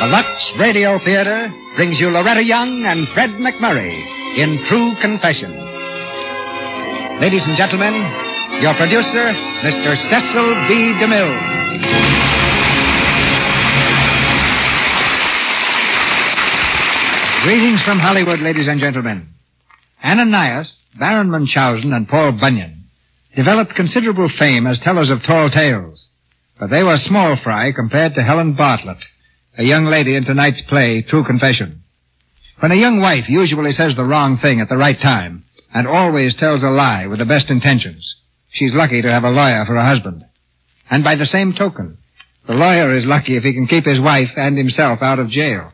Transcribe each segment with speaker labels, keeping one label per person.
Speaker 1: The Lux Radio Theater brings you Loretta Young and Fred McMurray in True Confession. Ladies and gentlemen, your producer, Mr. Cecil B. DeMille. Greetings from Hollywood, ladies and gentlemen. Ananias, Baron Munchausen, and Paul Bunyan developed considerable fame as tellers of tall tales, but they were small fry compared to Helen Bartlett, a young lady in tonight's play, True Confession. When a young wife usually says the wrong thing at the right time and always tells a lie with the best intentions, she's lucky to have a lawyer for a husband. And by the same token, the lawyer is lucky if he can keep his wife and himself out of jail.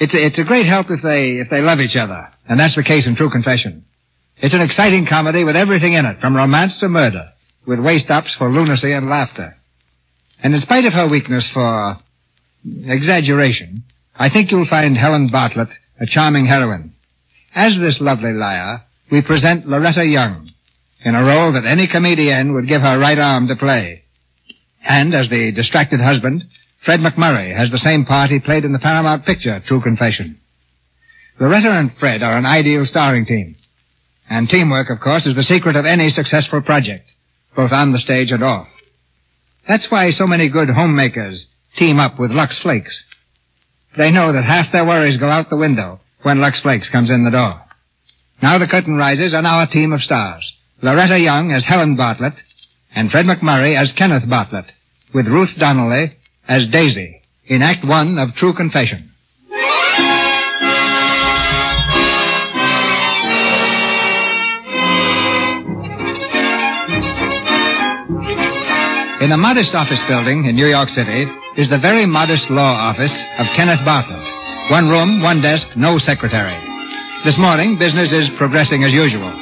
Speaker 1: It's a, it's a great help if they if they love each other, and that's the case in True Confession. It's an exciting comedy with everything in it, from romance to murder, with waist ups for lunacy and laughter. And in spite of her weakness for exaggeration, I think you'll find Helen Bartlett a charming heroine. As this lovely liar, we present Loretta Young in a role that any comedian would give her right arm to play. And as the distracted husband, Fred McMurray has the same part he played in the Paramount picture, True Confession. Loretta and Fred are an ideal starring team. And teamwork, of course, is the secret of any successful project, both on the stage and off. That's why so many good homemakers team up with Lux Flakes. They know that half their worries go out the window when Lux Flakes comes in the door. Now the curtain rises on our team of stars. Loretta Young as Helen Bartlett and Fred McMurray as Kenneth Bartlett with Ruth Donnelly as Daisy in Act One of True Confession. In a modest office building in New York City is the very modest law office of Kenneth Bartlett. One room, one desk, no secretary. This morning, business is progressing as usual.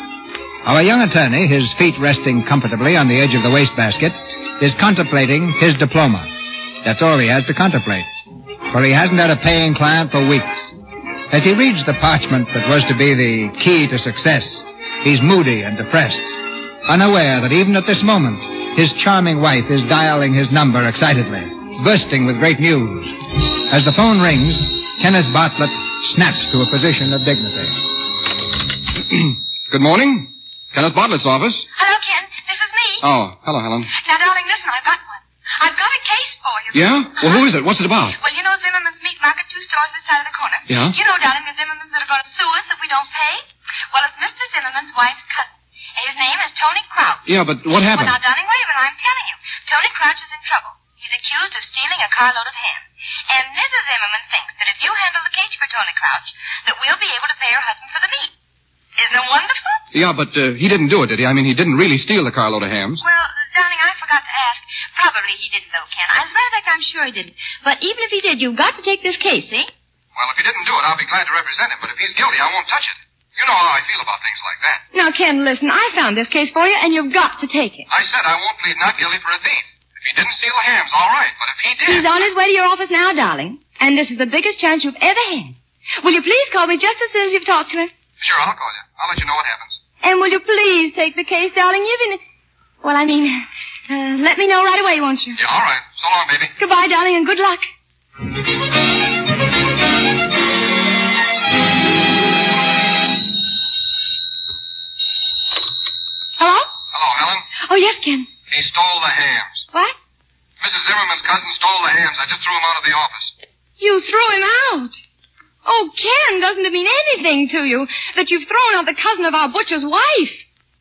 Speaker 1: Our young attorney, his feet resting comfortably on the edge of the wastebasket, is contemplating his diploma. That's all he has to contemplate. For he hasn't had a paying client for weeks. As he reads the parchment that was to be the key to success, he's moody and depressed, unaware that even at this moment, his charming wife is dialing his number excitedly, bursting with great news. As the phone rings, Kenneth Bartlett snaps to a position of dignity.
Speaker 2: Good morning. Kenneth Bartlett's office.
Speaker 3: Hello, Ken. This is me.
Speaker 2: Oh, hello, Helen.
Speaker 3: Now, darling, listen, I've got one. I've got a case for you.
Speaker 2: Yeah? Well, who is it? What's it about?
Speaker 3: Well, you know Zimmerman's Meat Market, two stores this side of the corner.
Speaker 2: Yeah?
Speaker 3: You know, darling, the Zimmermans that are going to sue us if we don't pay? Well, it's Mr. Zimmerman's wife's cousin. And His name is Tony Crouch.
Speaker 2: Yeah, but what happened?
Speaker 3: Well, now, darling, wait a minute. I'm telling you. Tony Crouch is in trouble. He's accused of stealing a carload of ham. And Mrs. Zimmerman thinks that if you handle the case for Tony Crouch, that we'll be able to pay her husband for the meat. Isn't it wonderful?
Speaker 2: Yeah, but uh, he didn't do it, did he? I mean, he didn't really steal the carload of hams.
Speaker 3: Well, darling, I forgot to ask. Probably he didn't, though, Ken.
Speaker 4: As a matter of fact, I'm sure he didn't. But even if he did, you've got to take this case, see?
Speaker 2: Well, if he didn't do it, I'll be glad to represent him, but if he's guilty, I won't touch it. You know how I feel about things like that.
Speaker 4: Now, Ken, listen, I found this case for you, and you've got to take it.
Speaker 2: I said I won't plead not guilty for a thief. If he didn't steal the hams, all right, but if he did.
Speaker 4: He's on his way to your office now, darling. And this is the biggest chance you've ever had. Will you please call me just as soon as you've talked to him?
Speaker 2: Sure, I'll call you. I'll let you know what happens.
Speaker 4: And will you please take the case, darling? You've been... Well, I mean, uh, let me know right away, won't you?
Speaker 2: Yeah, all right. So long, baby.
Speaker 4: Goodbye, darling, and good luck. Hello?
Speaker 2: Hello, Helen.
Speaker 4: Oh, yes, Ken.
Speaker 2: He stole the hams.
Speaker 4: What?
Speaker 2: Mrs. Zimmerman's cousin stole the hams. I just threw him out of the office.
Speaker 4: You threw him out. Oh, Ken, doesn't it mean anything to you that you've thrown out the cousin of our butcher's wife?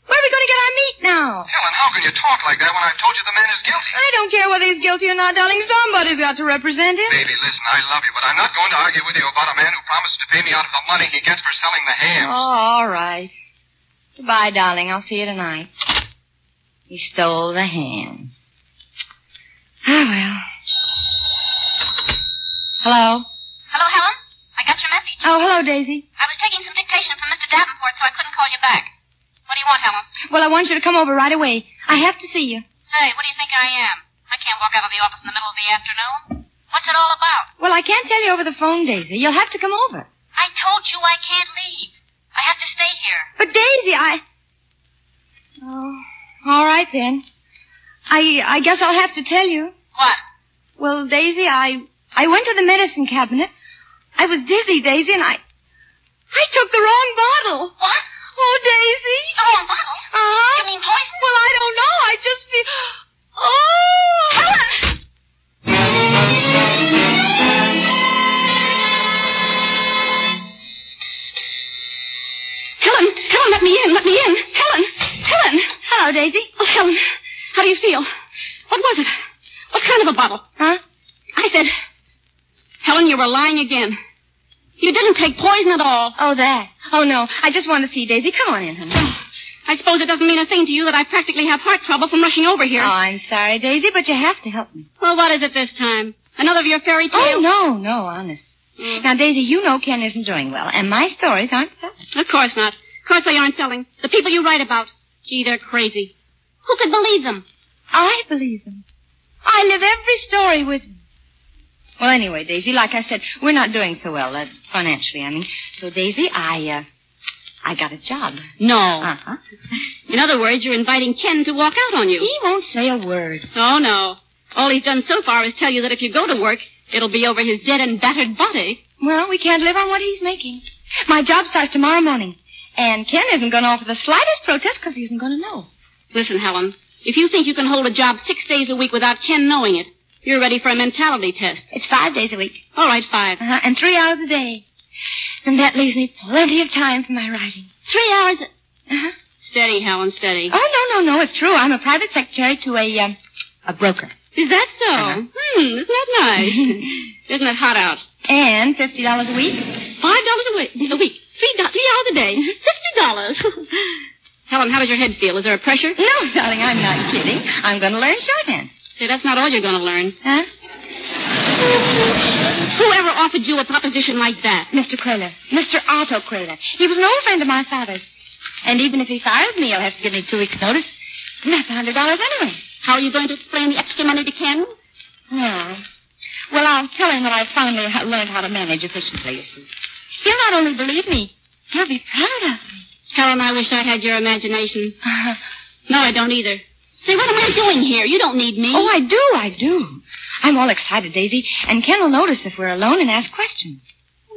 Speaker 4: Where are we going to get our meat now?
Speaker 2: Helen, how can you talk like that when I've told you the man is guilty?
Speaker 4: I don't care whether he's guilty or not, darling. Somebody's got to represent him.
Speaker 2: Baby, listen, I love you, but I'm not going to argue with you about a man who promises to pay me out of the money he gets for selling the
Speaker 4: Oh,
Speaker 2: ham.
Speaker 4: all right. Goodbye, darling. I'll see you tonight. He stole the ham. Ah, well. Hello?
Speaker 3: Hello, Helen? I got your message.
Speaker 4: Oh, hello, Daisy.
Speaker 3: I was taking some dictation from Mr. Davenport, so I couldn't call you back. What do you want, Helen?
Speaker 4: Well, I want you to come over right away. I have to see you.
Speaker 3: Say, what do you think I am? I can't walk out of the office in the middle of the afternoon. What's it all about?
Speaker 4: Well, I can't tell you over the phone, Daisy. You'll have to come over.
Speaker 3: I told you I can't leave. I have to stay here.
Speaker 4: But Daisy, I. Oh, all right then. I I guess I'll have to tell you.
Speaker 3: What?
Speaker 4: Well, Daisy, I I went to the medicine cabinet. I was dizzy, Daisy, and I I took the wrong bottle.
Speaker 3: What?
Speaker 4: Oh, Daisy.
Speaker 3: The wrong bottle?
Speaker 4: Uh huh.
Speaker 3: You mean poison?
Speaker 4: Well, I don't know. I just feel. Oh.
Speaker 3: Helen!
Speaker 4: Helen, Helen, let me in, let me in. Helen, Helen. Hello, Daisy. Oh, Helen, how do you feel? What was it? What kind of a bottle? Huh? I said, Helen, you were lying again. You didn't take poison at all. Oh, that. Oh, no. I just wanted to see Daisy. Come on in, honey.
Speaker 5: I suppose it doesn't mean a thing to you that I practically have heart trouble from rushing over here.
Speaker 4: Oh, I'm sorry, Daisy, but you have to help me.
Speaker 5: Well, what is it this time? Another of your fairy
Speaker 4: Oh,
Speaker 5: tales?
Speaker 4: no, no, honest.
Speaker 5: Mm.
Speaker 4: Now, Daisy, you know Ken isn't doing well, and my stories aren't so.
Speaker 5: Of course not. Of course they aren't selling. The people you write about. Gee, they're crazy. Who could believe them?
Speaker 4: I believe them. I live every story with them. Well, anyway, Daisy, like I said, we're not doing so well, uh, financially, I mean. So, Daisy, I, uh, I got a job.
Speaker 5: No.
Speaker 4: Uh-huh.
Speaker 5: In other words, you're inviting Ken to walk out on you.
Speaker 4: He won't say a word.
Speaker 5: Oh, no. All he's done so far is tell you that if you go to work, it'll be over his dead and battered body.
Speaker 4: Well, we can't live on what he's making. My job starts tomorrow morning. And Ken isn't going to offer the slightest protest because he isn't going to know.
Speaker 5: Listen, Helen, if you think you can hold a job six days a week without Ken knowing it, you're ready for a mentality test.
Speaker 4: It's five days a week.
Speaker 5: All right, five.
Speaker 4: Uh-huh, and three hours a day. And that leaves me plenty of time for my writing.
Speaker 5: Three hours.
Speaker 4: Uh-huh.
Speaker 5: Steady, Helen, steady.
Speaker 4: Oh, no, no, no, it's true. I'm a private secretary to a, um, a broker.
Speaker 5: Is that so?
Speaker 4: Uh-huh.
Speaker 5: Hmm, isn't that nice? isn't it hot out?
Speaker 4: And $50 a week.
Speaker 5: Five dollars a week, a week, three, do- three hours a day, fifty dollars. Helen, how does your head feel? Is there a pressure?
Speaker 4: No, darling, I'm not kidding. I'm going to learn shorthand.
Speaker 5: Say, that's not all you're going to learn.
Speaker 4: Huh?
Speaker 5: Whoever offered you a proposition like that?
Speaker 4: Mr. Quayler. Mr. Otto Quayler. He was an old friend of my father's. And even if he fires me, he'll have to give me two weeks' notice. And that's $100 anyway.
Speaker 5: How are you going to explain the extra money to Ken?
Speaker 4: No. Hmm. Well, I'll tell him that I finally ha- learned how to manage efficiently, you see. He'll not only believe me, he'll be proud of me.
Speaker 5: Helen, I wish I had your imagination. No, I don't either. Say, what am I doing here? You don't need me.
Speaker 4: Oh, I do, I do. I'm all excited, Daisy, and Ken will notice if we're alone and ask questions.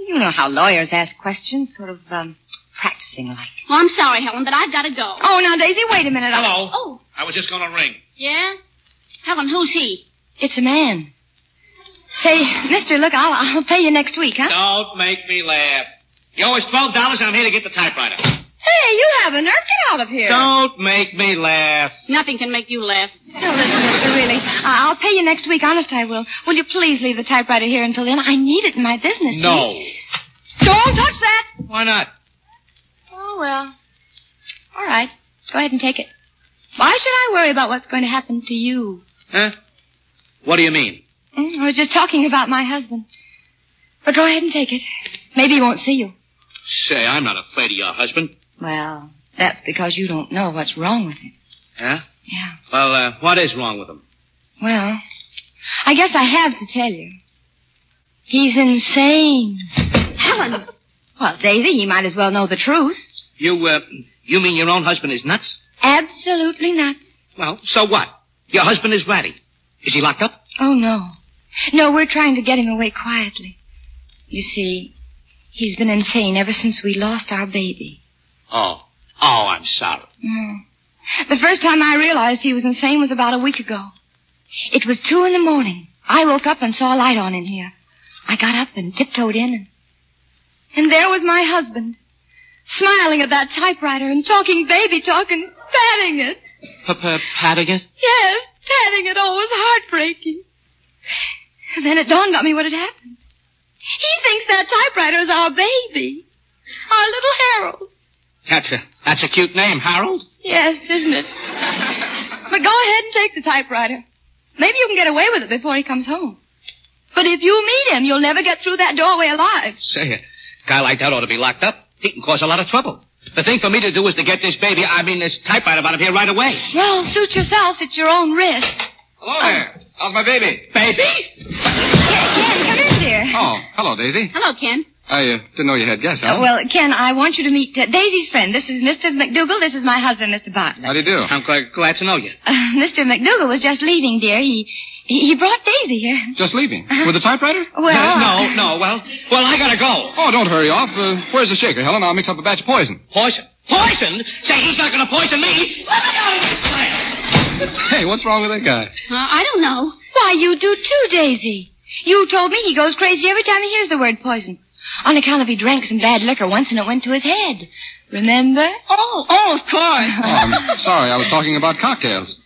Speaker 4: You know how lawyers ask questions, sort of, um, practicing like.
Speaker 5: Well, I'm sorry, Helen, but I've got to go.
Speaker 4: Oh, now, Daisy, wait a minute. I'll-
Speaker 6: Hello.
Speaker 5: Oh,
Speaker 6: I was just going to ring.
Speaker 5: yeah? Helen, who's he?
Speaker 4: It's a man. Say, mister, look, I'll, I'll pay you next week, huh?
Speaker 6: Don't make me laugh. You owe us twelve dollars. I'm here to get the typewriter.
Speaker 4: Hey, you have a nerve. Get out of here.
Speaker 6: Don't make me laugh.
Speaker 5: Nothing can make you laugh.
Speaker 4: No, listen, mister, really. I- I'll pay you next week. Honest, I will. Will you please leave the typewriter here until then? I need it in my business.
Speaker 6: No.
Speaker 4: Don't touch that.
Speaker 6: Why not?
Speaker 4: Oh, well. All right. Go ahead and take it. Why should I worry about what's going to happen to you?
Speaker 6: Huh? What do you mean?
Speaker 4: Mm, I was just talking about my husband. But go ahead and take it. Maybe he won't see you.
Speaker 6: Say, I'm not afraid of your husband.
Speaker 4: Well, that's because you don't know what's wrong with him.
Speaker 6: Huh?
Speaker 4: Yeah.
Speaker 6: Well, uh, what is wrong with him?
Speaker 4: Well, I guess I have to tell you. He's insane.
Speaker 5: Helen!
Speaker 4: Well, Daisy, he might as well know the truth.
Speaker 6: You, uh, you mean your own husband is nuts?
Speaker 4: Absolutely not.
Speaker 6: Well, so what? Your husband is ratty. Is he locked up?
Speaker 4: Oh, no. No, we're trying to get him away quietly. You see, he's been insane ever since we lost our baby.
Speaker 6: Oh. Oh, I'm sorry.
Speaker 4: Mm. The first time I realized he was insane was about a week ago. It was two in the morning. I woke up and saw a light on in here. I got up and tiptoed in and, and there was my husband. Smiling at that typewriter and talking baby talk and patting it.
Speaker 6: Papa Padigan?
Speaker 4: Yes, patting it all was heartbreaking. And then it dawned on me what had happened. He thinks that typewriter is our baby. Our little Harold.
Speaker 6: That's a, that's a cute name, Harold.
Speaker 4: Yes, isn't it? But go ahead and take the typewriter. Maybe you can get away with it before he comes home. But if you meet him, you'll never get through that doorway alive.
Speaker 6: Say it. A guy like that ought to be locked up. He can cause a lot of trouble. The thing for me to do is to get this baby, I mean this typewriter out of here right away.
Speaker 4: Well, suit yourself. It's your own risk.
Speaker 2: Hello there. How's my baby?
Speaker 6: Baby?
Speaker 4: Ken, Ken, come in, dear.
Speaker 2: Oh, hello, Daisy.
Speaker 5: Hello, Ken.
Speaker 2: I uh, didn't know you had guests, huh?
Speaker 4: Uh, well, Ken, I want you to meet uh, Daisy's friend. This is Mr. McDougal. This is my husband, Mr. Barton.
Speaker 2: How do you do?
Speaker 6: I'm glad, glad to know you.
Speaker 4: Uh, Mr. McDougal was just leaving, dear. He he, he brought Daisy here.
Speaker 2: Just leaving. With the typewriter?
Speaker 4: Well,
Speaker 6: No, no, well, well, I gotta go.
Speaker 2: uh-huh. Oh, don't hurry off. Uh, where's the shaker, Helen? I'll mix up a batch of poison.
Speaker 6: Poison? Poison? Say, he's not gonna poison me. Let me out of this place.
Speaker 2: Hey, what's wrong with that guy?
Speaker 5: Uh, I don't know.
Speaker 4: Why, you do too, Daisy. You told me he goes crazy every time he hears the word poison. On account of he drank some bad liquor once and it went to his head. Remember?
Speaker 5: Oh, oh, of course.
Speaker 2: Oh, I'm sorry. I was talking about cocktails.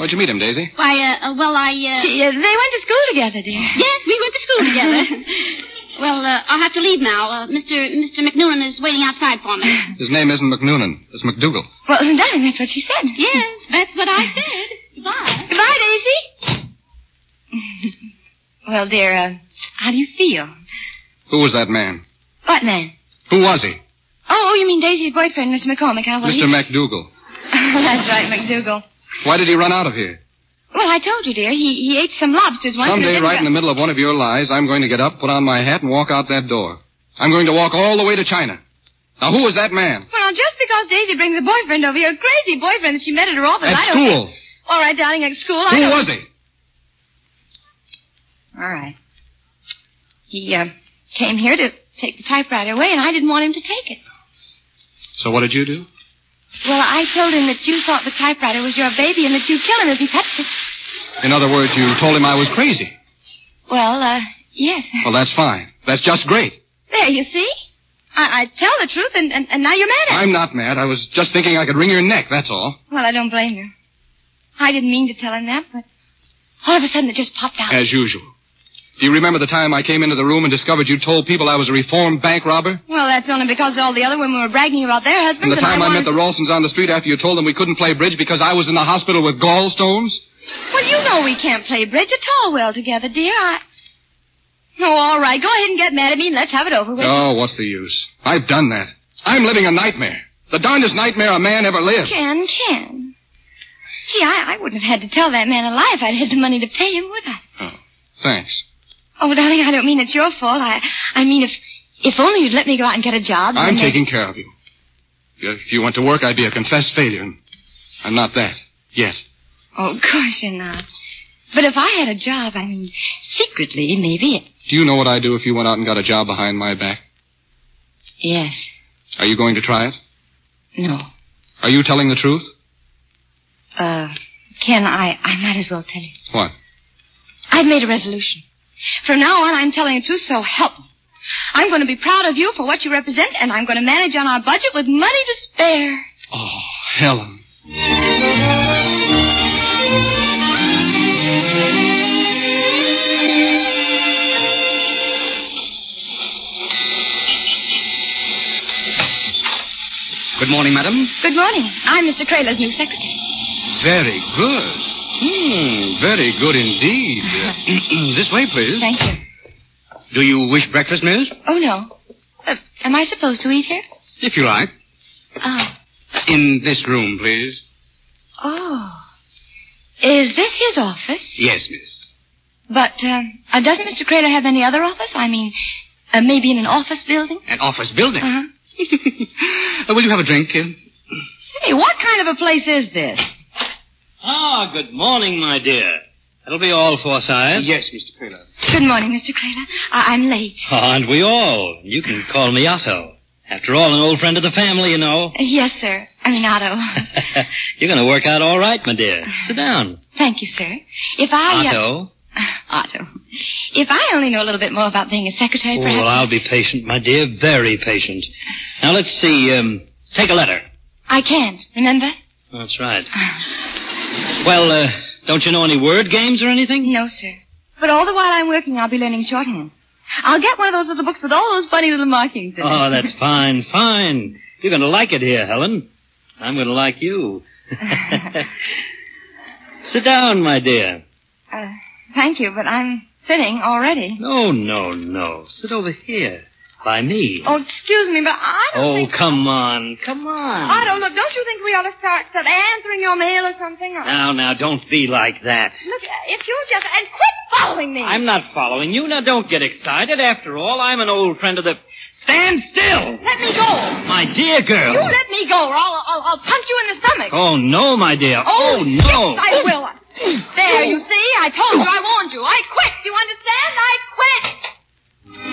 Speaker 2: Where'd you meet him, Daisy?
Speaker 5: Why, uh, uh, well, I, uh...
Speaker 4: She, uh, they went to school together, dear.
Speaker 5: Yes, we went to school together. well, uh, I'll have to leave now. Uh, Mr. Mr. McNuren is waiting outside for me.
Speaker 2: His name isn't McNoonan. It's McDougal.
Speaker 4: Well, darling, that's what she said.
Speaker 5: yes, that's what I said. Goodbye.
Speaker 4: Goodbye, Daisy. well, dear, uh, how do you feel?
Speaker 2: Who was that man?
Speaker 4: What man?
Speaker 2: Who was he?
Speaker 4: Oh, oh, you mean Daisy's boyfriend, Mr. McCormick. How was
Speaker 2: Mr. McDougal.
Speaker 4: he? that's right, McDougal.
Speaker 2: Why did he run out of here?
Speaker 4: Well, I told you, dear. He he ate some lobsters once. and it
Speaker 2: Someday,
Speaker 4: didn't
Speaker 2: right
Speaker 4: go-
Speaker 2: in the middle of one of your lies, I'm going to get up, put on my hat, and walk out that door. I'm going to walk all the way to China. Now, who was that man?
Speaker 4: Well, just because Daisy brings a boyfriend over here, a crazy boyfriend that she met at her office, I
Speaker 2: At
Speaker 4: don't.
Speaker 2: school.
Speaker 4: All right, darling, at school. I
Speaker 2: Who
Speaker 4: don't...
Speaker 2: was he?
Speaker 4: All right. He uh, came here to take the typewriter away, and I didn't want him to take it.
Speaker 2: So what did you do?
Speaker 4: Well, I told him that you thought the typewriter was your baby, and that you'd kill him if he touched it.
Speaker 2: In other words, you told him I was crazy.
Speaker 4: Well, uh, yes.
Speaker 2: Well, that's fine. That's just great.
Speaker 4: There, you see? I, I tell the truth, and, and, and now you're mad at me.
Speaker 2: I'm not mad. I was just thinking I could wring your neck, that's all.
Speaker 4: Well, I don't blame you. I didn't mean to tell him that, but all of a sudden it just popped out.
Speaker 2: As usual. Do you remember the time I came into the room and discovered you told people I was a reformed bank robber?
Speaker 4: Well, that's only because all the other women were bragging about their husbands.
Speaker 2: And the time I,
Speaker 4: wanted
Speaker 2: met the Rawlsons on the street after you told them we couldn't play bridge because I was in the hospital with gallstones?
Speaker 4: Well, you know we can't play bridge at all well together, dear. I. Oh, all right. Go ahead and get mad at me, and let's have it over with.
Speaker 2: Oh, what's the use? I've done that. I'm living a nightmare. The darndest nightmare a man ever lived.
Speaker 4: Can, can. Gee, I, I wouldn't have had to tell that man a lie if I'd had the money to pay him, would I?
Speaker 2: Thanks.
Speaker 4: Oh, darling, I don't mean it's your fault. I, I mean if, if only you'd let me go out and get a job.
Speaker 2: I'm
Speaker 4: then they-
Speaker 2: taking care of you. If you went to work, I'd be a confessed failure. and I'm not that. Yet.
Speaker 4: Oh, gosh, you're not. But if I had a job, I mean, secretly, maybe it.
Speaker 2: Do you know what I'd do if you went out and got a job behind my back?
Speaker 4: Yes.
Speaker 2: Are you going to try it?
Speaker 4: No.
Speaker 2: Are you telling the truth?
Speaker 4: Uh, Ken, I, I might as well tell you.
Speaker 2: What?
Speaker 4: I've made a resolution. From now on, I'm telling the truth, so help me. I'm going to be proud of you for what you represent, and I'm going to manage on our budget with money to spare.
Speaker 2: Oh, Helen.
Speaker 6: Good morning, madam.
Speaker 4: Good morning. I'm Mr. Crayler's new secretary.
Speaker 2: Very good. Hmm, very good indeed. this way, please.
Speaker 4: Thank you.
Speaker 6: Do you wish breakfast, miss?
Speaker 4: Oh, no. Uh, am I supposed to eat here?
Speaker 6: If you like.
Speaker 4: Oh.
Speaker 6: In this room, please.
Speaker 4: Oh. Is this his office?
Speaker 6: Yes, miss.
Speaker 4: But um, uh, doesn't Mr. Crayler have any other office? I mean, uh, maybe in an office building?
Speaker 6: An office building.
Speaker 4: Uh-huh.
Speaker 6: Uh, Will you have a drink? Uh...
Speaker 4: Say, what kind of a place is this?
Speaker 7: Ah, good morning, my dear. That'll be all, Forsyth.
Speaker 6: Yes, Mr. Crayler.
Speaker 4: Good morning, Mr. Crayler. I- I'm late.
Speaker 7: Aren't we all? You can call me Otto. After all, an old friend of the family, you know.
Speaker 4: Uh, yes, sir. I mean, Otto.
Speaker 7: You're going to work out all right, my dear. Sit down.
Speaker 4: Thank you, sir. If I... uh,
Speaker 7: Otto.
Speaker 4: Otto. If I only know a little bit more about being a secretary,
Speaker 7: Oh,
Speaker 4: perhaps...
Speaker 7: well, I'll be patient, my dear. Very patient. Now, let's see. Um, take a letter.
Speaker 4: I can't, remember?
Speaker 7: That's right.
Speaker 4: Ah.
Speaker 7: Well, uh, don't you know any word games or anything?
Speaker 4: No, sir. But all the while I'm working, I'll be learning shorthand. I'll get one of those little books with all those funny little markings in it.
Speaker 7: Oh, that's fine, fine. You're going to like it here, Helen. I'm going to like you. Sit down, my dear.
Speaker 4: Uh, thank you, but I'm Sitting already.
Speaker 7: No, no, no. Sit over here. By me.
Speaker 4: Oh, excuse me, but I don't
Speaker 7: Oh,
Speaker 4: think...
Speaker 7: come on. Come on.
Speaker 4: I don't know. Don't you think we ought to start, start answering your mail or something? Or...
Speaker 7: Now, now, don't be like that.
Speaker 4: Look, if you'll just... And quit following me.
Speaker 7: I'm not following you. Now, don't get excited. After all, I'm an old friend of the. Stand still!
Speaker 4: Let me go.
Speaker 7: My dear girl.
Speaker 4: You let me go, or I'll, I'll, I'll punch you in the stomach.
Speaker 7: Oh, no, my dear.
Speaker 4: Oh,
Speaker 7: no.
Speaker 4: yes, I will. There, you see? I told you. I warned you. I quit. Do you understand? I quit.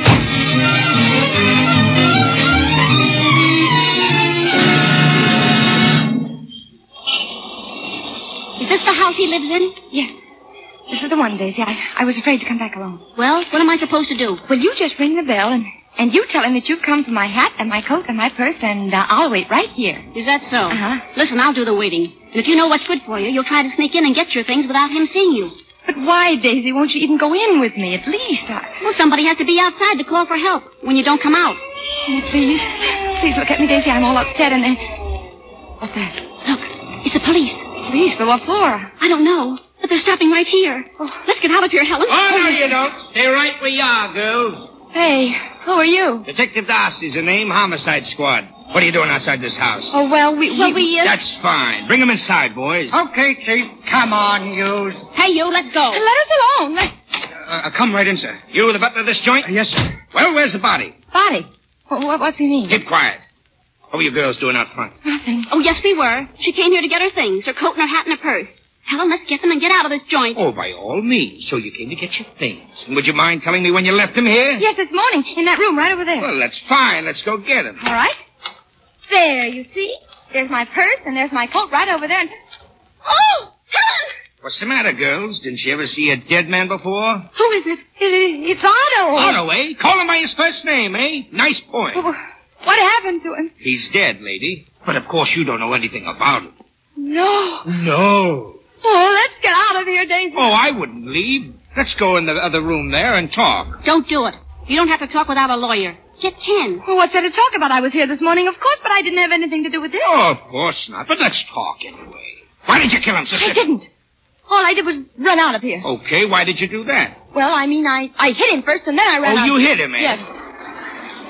Speaker 5: Is this the house he lives in?
Speaker 4: Yes. This is the one, Daisy. I, I was afraid to come back alone.
Speaker 5: Well, what am I supposed to do?
Speaker 4: Well, you just ring the bell and, and you tell him that you've come for my hat and my coat and my purse, and uh, I'll wait right here.
Speaker 5: Is that so?
Speaker 4: Uh-huh.
Speaker 5: Listen, I'll do the waiting. And if you know what's good for you, you'll try to sneak in and get your things without him seeing you.
Speaker 4: But why, Daisy, won't you even go in with me at least? I...
Speaker 5: Well, somebody has to be outside to call for help when you don't come out.
Speaker 4: Oh, please. Please look at me, Daisy. I'm all upset and... Uh... What's that?
Speaker 5: Look, it's the police.
Speaker 4: Please, but what for?
Speaker 5: I don't know, but they're stopping right here. Oh, let's get out of here, Helen.
Speaker 6: Oh, no, you don't. Stay right where you are, girls.
Speaker 4: Hey, who are you?
Speaker 6: Detective Darcy's the name, Homicide Squad. What are you doing outside this house?
Speaker 4: Oh, well, we...
Speaker 5: Well, we, uh,
Speaker 6: That's fine. Bring them inside, boys.
Speaker 1: Okay, Chief. Come on, you.
Speaker 5: hey, you, let go.
Speaker 4: Let us alone. Let...
Speaker 6: Uh, come right in, sir. You the butler of this joint?
Speaker 1: Yes, sir.
Speaker 6: Well, where's the body?
Speaker 4: Body. What, what, what's he mean?
Speaker 6: Keep quiet. What were you girls doing out front?
Speaker 4: Nothing.
Speaker 5: Oh, yes, we were. She came here to get her things, her coat and her hat and her purse. Helen, let's get them and get out of this joint.
Speaker 6: Oh, by all means. So you came to get your things. And would you mind telling me when you left them here?
Speaker 4: Yes, this morning in that room right over there.
Speaker 6: Well, that's fine. Let's go get them.
Speaker 4: All right. There, you see? There's my purse and there's my coat right over there and... Oh! Helen!
Speaker 6: What's the matter, girls? Didn't you ever see a dead man before?
Speaker 4: Who is it? It- it- It's Otto.
Speaker 6: Otto, eh? Call him by his first name, eh? Nice boy.
Speaker 4: Well, What happened to him?
Speaker 6: He's dead, lady. But of course you don't know anything about it.
Speaker 4: No.
Speaker 6: No.
Speaker 4: Oh, let's get out of here, Daisy.
Speaker 6: Oh, I wouldn't leave. Let's go in the other room there and talk.
Speaker 5: Don't do it. You don't have to talk without a lawyer. Get ten.
Speaker 4: Well, Oh, what's there to talk about? I was here this morning, of course, but I didn't have anything to do with this.
Speaker 6: Oh, of course not. But let's talk anyway. Why did you kill him,
Speaker 4: I
Speaker 6: sister?
Speaker 4: didn't. All I did was run out of here.
Speaker 6: Okay, why did you do that?
Speaker 4: Well, I mean, I, I hit him first and then I ran
Speaker 6: oh,
Speaker 4: out.
Speaker 6: you hit him, eh?
Speaker 4: Yes.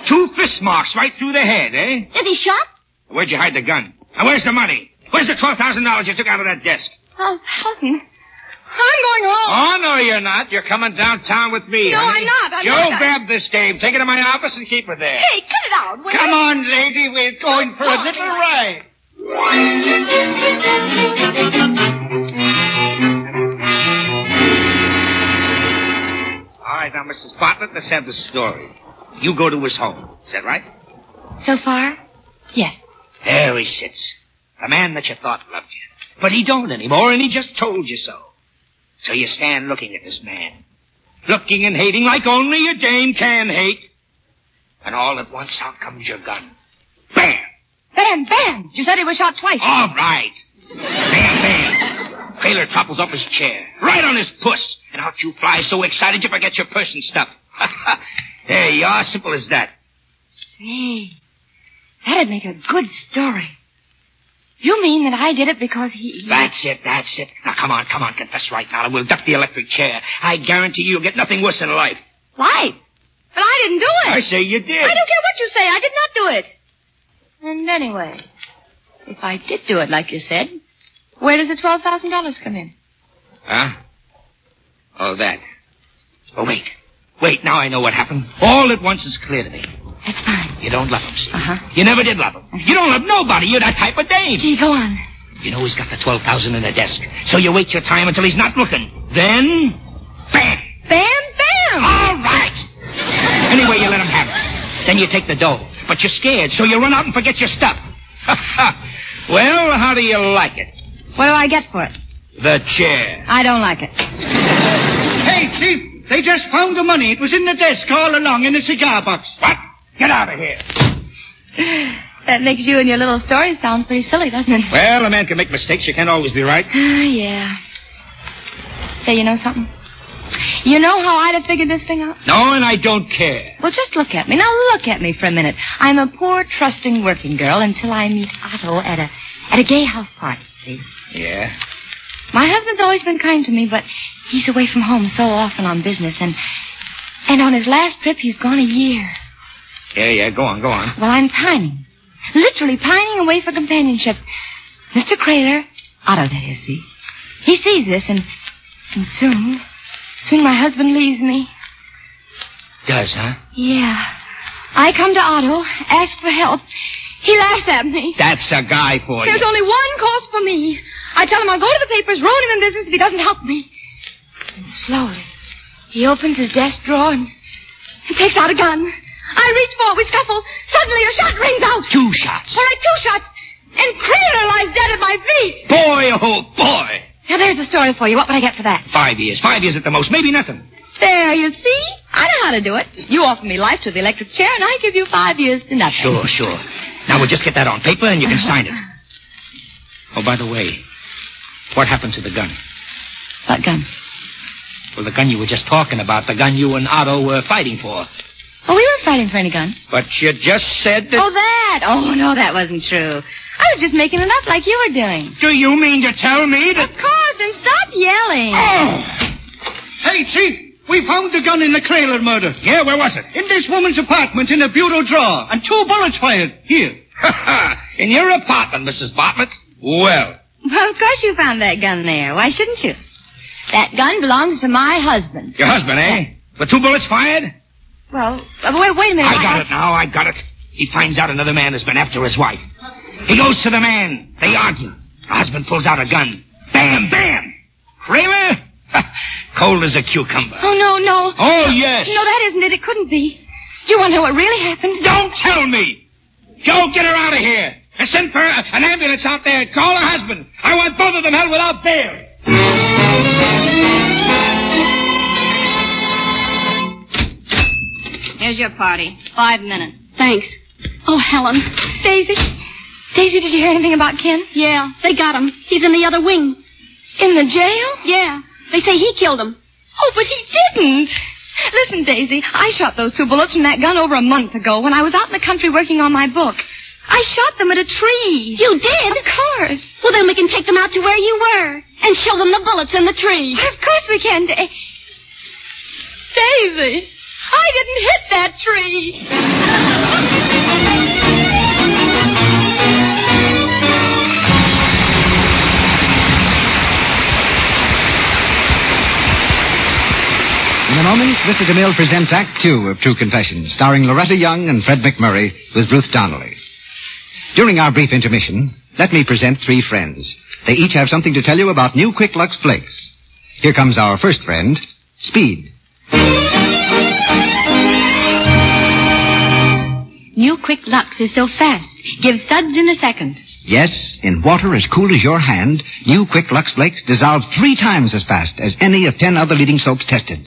Speaker 6: Two fist marks right through the head, eh?
Speaker 5: Is he shot?
Speaker 6: Where'd you hide the gun? And where's the money? Where's the twelve thousand dollars you took out of that desk?
Speaker 4: Oh, Helen. I'm going home.
Speaker 6: Oh no, you're not. You're coming downtown with me.
Speaker 4: No,
Speaker 6: honey.
Speaker 4: I'm not. I'm
Speaker 6: Joe,
Speaker 4: not.
Speaker 6: grab this dame, take it to my office, and keep her there.
Speaker 4: Hey, uh, cut it out, will
Speaker 6: Come
Speaker 4: you?
Speaker 6: on, lady. We're going for a little ride. All right, now, Mrs. Bartlett, let's have the story. You go to his home. Is that right?
Speaker 4: So far? Yes.
Speaker 6: There he sits. The man that you thought loved you. But he don't anymore, and he just told you so. So you stand looking at this man. Looking and hating like only a dame can hate. And all at once out comes your gun. Bam!
Speaker 4: Bam, bam. You said he was shot twice.
Speaker 6: All right. Bam, bam. Crater topples off his chair. Right on his puss. And out you fly so excited you forget your purse and stuff. there you are, simple as that.
Speaker 4: Hey, that'd make a good story. You mean that I did it because he...
Speaker 6: That's it, that's it. Now come on, come on, confess right now, and we'll duck the electric chair. I guarantee you'll get nothing worse in life.
Speaker 4: Why? But I didn't do it.
Speaker 6: I say you did.
Speaker 4: I don't care what you say. I did not do it. And anyway, if I did do it like you said, where does the $12,000 come in?
Speaker 6: Huh? Oh, that. Oh, wait. Wait, now I know what happened. All at once is clear to me.
Speaker 4: That's fine.
Speaker 6: You don't love him, see?
Speaker 4: Uh-huh.
Speaker 6: You never did love him. You don't love nobody. You're that type of dame.
Speaker 4: Gee, go on.
Speaker 6: You know he's got the 12000 in the desk. So you wait your time until he's not looking. Then, bam!
Speaker 4: Bam, bam!
Speaker 6: All right. Anyway, you let him have it. Then you take the dough. But you're scared, so you run out and forget your stuff. well, how do you like it?
Speaker 4: What do I get for it?
Speaker 6: The chair.
Speaker 4: I don't like it.
Speaker 1: Hey, Chief. They just found the money. It was in the desk all along in the cigar box.
Speaker 6: What? Get out of here.
Speaker 4: That makes you and your little story sound pretty silly, doesn't it?
Speaker 6: Well, a man can make mistakes. You can't always be right.
Speaker 4: Ah, yeah. Say, you know something? You know how I'd have figured this thing out?
Speaker 6: No, and I don't care.
Speaker 4: Well, just look at me. Now look at me for a minute. I'm a poor, trusting working girl until I meet Otto at a at a gay house party. See,
Speaker 6: Yeah?
Speaker 4: my husband's always been kind to me, but He's away from home so often on business, and and on his last trip he's gone a year.
Speaker 6: Yeah, yeah, go on, go on.
Speaker 4: Well, I'm pining, literally pining away for companionship. Mr. Crater, Otto, that is, see, he sees this, and and soon, soon my husband leaves me.
Speaker 6: Does, huh?
Speaker 4: Yeah, I come to Otto, ask for help. He laughs at me.
Speaker 6: That's a guy for you.
Speaker 4: There's only one course for me. I tell him I'll go to the papers, ruin him in business if he doesn't help me. And slowly, he opens his desk drawer and, and takes out a gun. I reach for it, we scuffle. Suddenly, a shot rings out.
Speaker 6: Two shots.
Speaker 4: All right, two shots. And Crater lies dead at my feet.
Speaker 6: Boy, oh boy.
Speaker 4: Now, there's the story for you. What would I get for that?
Speaker 6: Five years, five years at the most, maybe nothing.
Speaker 4: There, you see? I know how to do it. You offer me life to the electric chair, and I give you five years to nothing.
Speaker 6: Sure, sure. Now we'll just get that on paper and you can sign it. Oh, by the way, what happened to the gun?
Speaker 4: What gun?
Speaker 6: Well, the gun you were just talking about, the gun you and Otto were fighting for.
Speaker 4: Oh, we weren't fighting for any gun.
Speaker 6: But you just said that.
Speaker 4: Oh, that. Oh, no, that wasn't true. I was just making it up like you were doing.
Speaker 6: Do you mean to tell me Oh!
Speaker 4: Of course, and stop yelling.
Speaker 8: Hey, Chief! We found the gun in the Crayler murder.
Speaker 6: Yeah, where was it?
Speaker 8: In this woman's apartment in a bureau drawer, and two bullets fired. Here.
Speaker 6: Ha ha! In your apartment, Mrs. Bartlett. Well,
Speaker 4: Well, of course you found that gun there. Why shouldn't you? That gun belongs to my husband.
Speaker 6: your husband, eh? With two bullets fired?
Speaker 4: Well, uh, wait, wait a minute.
Speaker 6: I got it now. I got it. He finds out another man has been after his wife. He goes to the man. They argue. The husband pulls out a gun. Bam, bam. Kramer? Ha, Cold as a cucumber.
Speaker 4: Oh, no, no.
Speaker 6: Oh, yes.
Speaker 4: No, that isn't it. It couldn't be. You want to know what really happened?
Speaker 6: Don't tell me. Joe, get her out of here. And send for a- an ambulance out there. Call her husband. I want both of them held without bail.
Speaker 4: Here's your party. Five minutes.
Speaker 5: Thanks. Oh, Helen.
Speaker 4: Daisy? Daisy, did you hear anything about Ken?
Speaker 5: Yeah, they got him. He's in the other wing.
Speaker 4: In the jail?
Speaker 5: Yeah, they say he killed him.
Speaker 4: Oh, but he didn't. Listen, Daisy, I shot those two bullets from that gun over a month ago when I was out in the country working on my book. I shot them at a tree.
Speaker 5: You did?
Speaker 4: Of course.
Speaker 5: Well, then we can take them out to where you were and show them the bullets in the tree.
Speaker 4: Of course we can, Eh, da- Daisy. I didn't hit that tree.
Speaker 9: In a moment, Mr. DeMille presents Act Two of True Confessions, starring Loretta Young and Fred McMurray with Ruth Donnelly. During our brief intermission, let me present three friends. They each have something to tell you about new Quick Lux Flakes. Here comes our first friend, Speed.
Speaker 4: New Quick Lux is so fast. Gives suds in a second.
Speaker 9: Yes, in water as cool as your hand, new Quick Lux Flakes dissolve three times as fast as any of ten other leading soaps tested.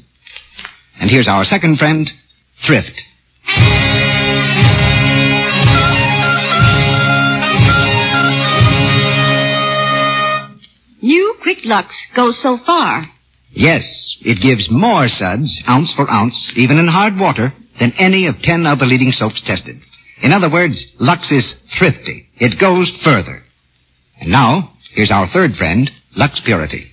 Speaker 9: And here's our second friend, Thrift.
Speaker 4: New Quick Lux goes so far.
Speaker 9: Yes, it gives more suds, ounce for ounce, even in hard water, than any of ten other leading soaps tested. In other words, Lux is thrifty. It goes further. And now, here's our third friend, Lux Purity.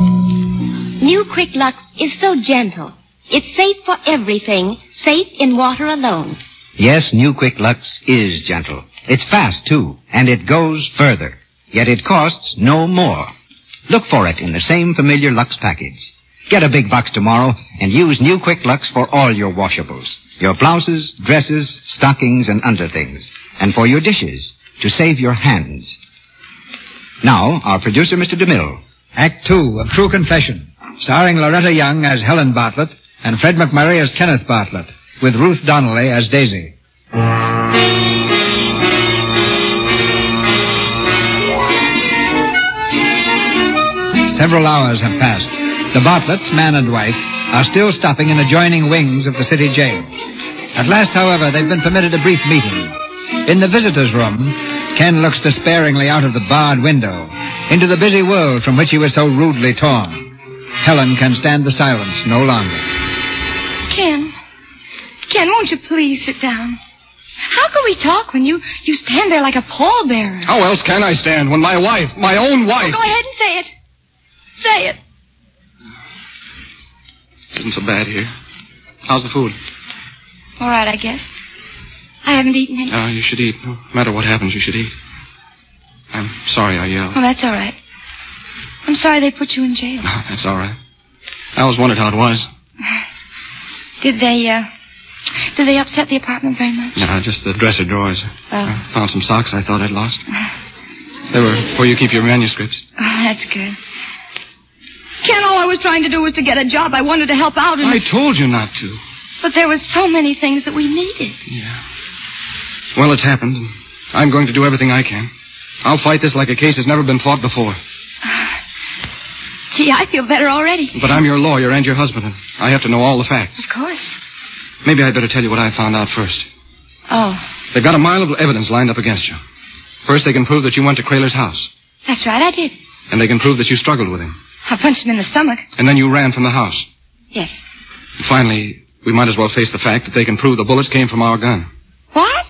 Speaker 4: New Quick Lux is so gentle. It's safe for everything, safe in water alone.
Speaker 9: Yes, New Quick Lux is gentle. It's fast, too, and it goes further. Yet it costs no more. Look for it in the same familiar Lux package. Get a big box tomorrow and use New Quick Lux for all your washables. Your blouses, dresses, stockings, and underthings. And for your dishes, to save your hands. Now, our producer, Mr. DeMille.
Speaker 1: Act Two of True Confession, starring Loretta Young as Helen Bartlett and Fred McMurray as Kenneth Bartlett, with Ruth Donnelly as Daisy. Several hours have passed. The Bartletts, man and wife, are still stopping in adjoining wings of the city jail. At last, however, they've been permitted a brief meeting. In the visitor's room, Ken looks despairingly out of the barred window, into the busy world from which he was so rudely torn. Helen can stand the silence no longer.
Speaker 4: Ken. Ken, won't you please sit down? How can we talk when you, you stand there like a pallbearer?
Speaker 2: How else can I stand when my wife, my own wife...
Speaker 4: Go ahead and say it. Say it.
Speaker 2: Isn't so bad here. How's the food?
Speaker 4: All right, I guess. I haven't eaten any.
Speaker 2: Uh, you should eat. No matter what happens, you should eat. I'm sorry I yelled.
Speaker 4: Oh, that's all right. I'm sorry they put you in jail.
Speaker 2: No, that's all right. I always wondered how it was.
Speaker 4: Did they, uh, did they upset the apartment very much?
Speaker 2: Yeah, just the dresser drawers.
Speaker 4: Oh,
Speaker 2: I found some socks I thought I'd lost. They were where you keep your manuscripts.
Speaker 4: oh that's good. Ken, all I was trying to do was to get a job. I wanted to help out, and
Speaker 2: I told you not to.
Speaker 4: but there was so many things that we needed.
Speaker 2: Yeah. Well, it's happened. and I'm going to do everything I can. I'll fight this like a case that's never been fought before.
Speaker 4: Gee, I feel better already.
Speaker 2: But I'm your lawyer and your husband, and I have to know all the facts.
Speaker 4: Of course.
Speaker 2: Maybe I'd better tell you what I found out first.
Speaker 4: Oh,
Speaker 2: They've got a mile of evidence lined up against you. First, they can prove that you went to Kraler's house,
Speaker 4: that's right, I did.
Speaker 2: and they can prove that you struggled with him,
Speaker 4: I punched him in the stomach.
Speaker 2: and then you ran from the house.
Speaker 4: Yes.
Speaker 2: And finally, we might as well face the fact that they can prove the bullets came from our gun.
Speaker 4: What?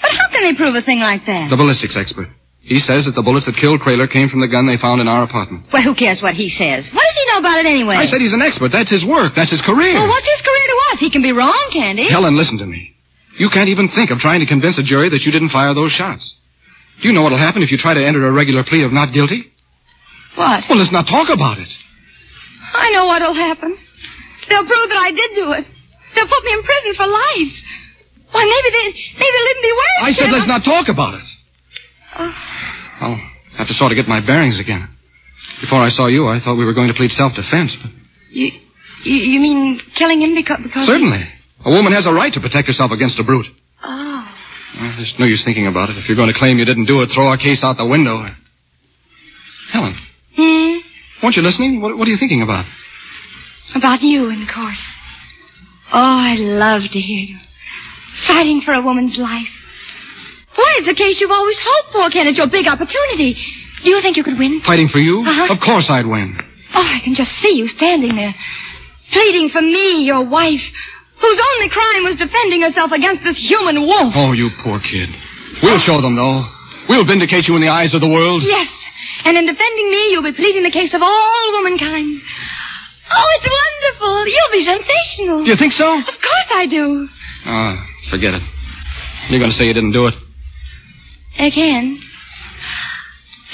Speaker 4: But how can they prove a thing like that?
Speaker 2: The ballistics expert. He says that the bullets that killed Kraler came from the gun they found in our apartment.
Speaker 4: Well, who cares what he says? What does he know about it anyway?
Speaker 2: I said he's an expert. That's his work. That's his career.
Speaker 4: Well, what's his career to us? He can be wrong, can't he?
Speaker 2: Helen, listen to me. You can't even think of trying to convince a jury that you didn't fire those shots. Do you know what'll happen if you try to enter a regular plea of not guilty?
Speaker 4: What?
Speaker 2: Well, let's not talk about it.
Speaker 4: I know what'll happen. They'll prove that I did do it. They'll put me in prison for life. Why, maybe they, maybe it'll even be worse.
Speaker 2: I said
Speaker 4: Ken.
Speaker 2: let's not talk about it.
Speaker 4: Oh.
Speaker 2: I'll have to sort of get my bearings again. Before I saw you, I thought we were going to plead self-defense. But
Speaker 4: You, you, you mean killing him because, because he-
Speaker 2: certainly, a woman has a right to protect herself against a brute.
Speaker 4: Oh.
Speaker 2: Well, there's no use thinking about it. If you're going to claim you didn't do it, throw our case out the window. Helen,
Speaker 4: Hmm.
Speaker 2: weren't you listening? What, what are you thinking about?
Speaker 4: About you in court. Oh, I love to hear you. Fighting for a woman's life. Why, it's a case you've always hoped for, Ken. It's your big opportunity. Do you think you could win?
Speaker 2: Fighting for you?
Speaker 4: Uh-huh.
Speaker 2: Of course I'd win.
Speaker 4: Oh, I can just see you standing there, pleading for me, your wife, whose only crime was defending herself against this human wolf.
Speaker 2: Oh, you poor kid. We'll show them, though. We'll vindicate you in the eyes of the world.
Speaker 4: Yes, and in defending me, you'll be pleading the case of all womankind. Oh, it's wonderful. You'll be sensational.
Speaker 2: Do you think so?
Speaker 4: Of course I do.
Speaker 2: Ah, forget it. You're going to say you didn't do it.
Speaker 4: Uh, Ken.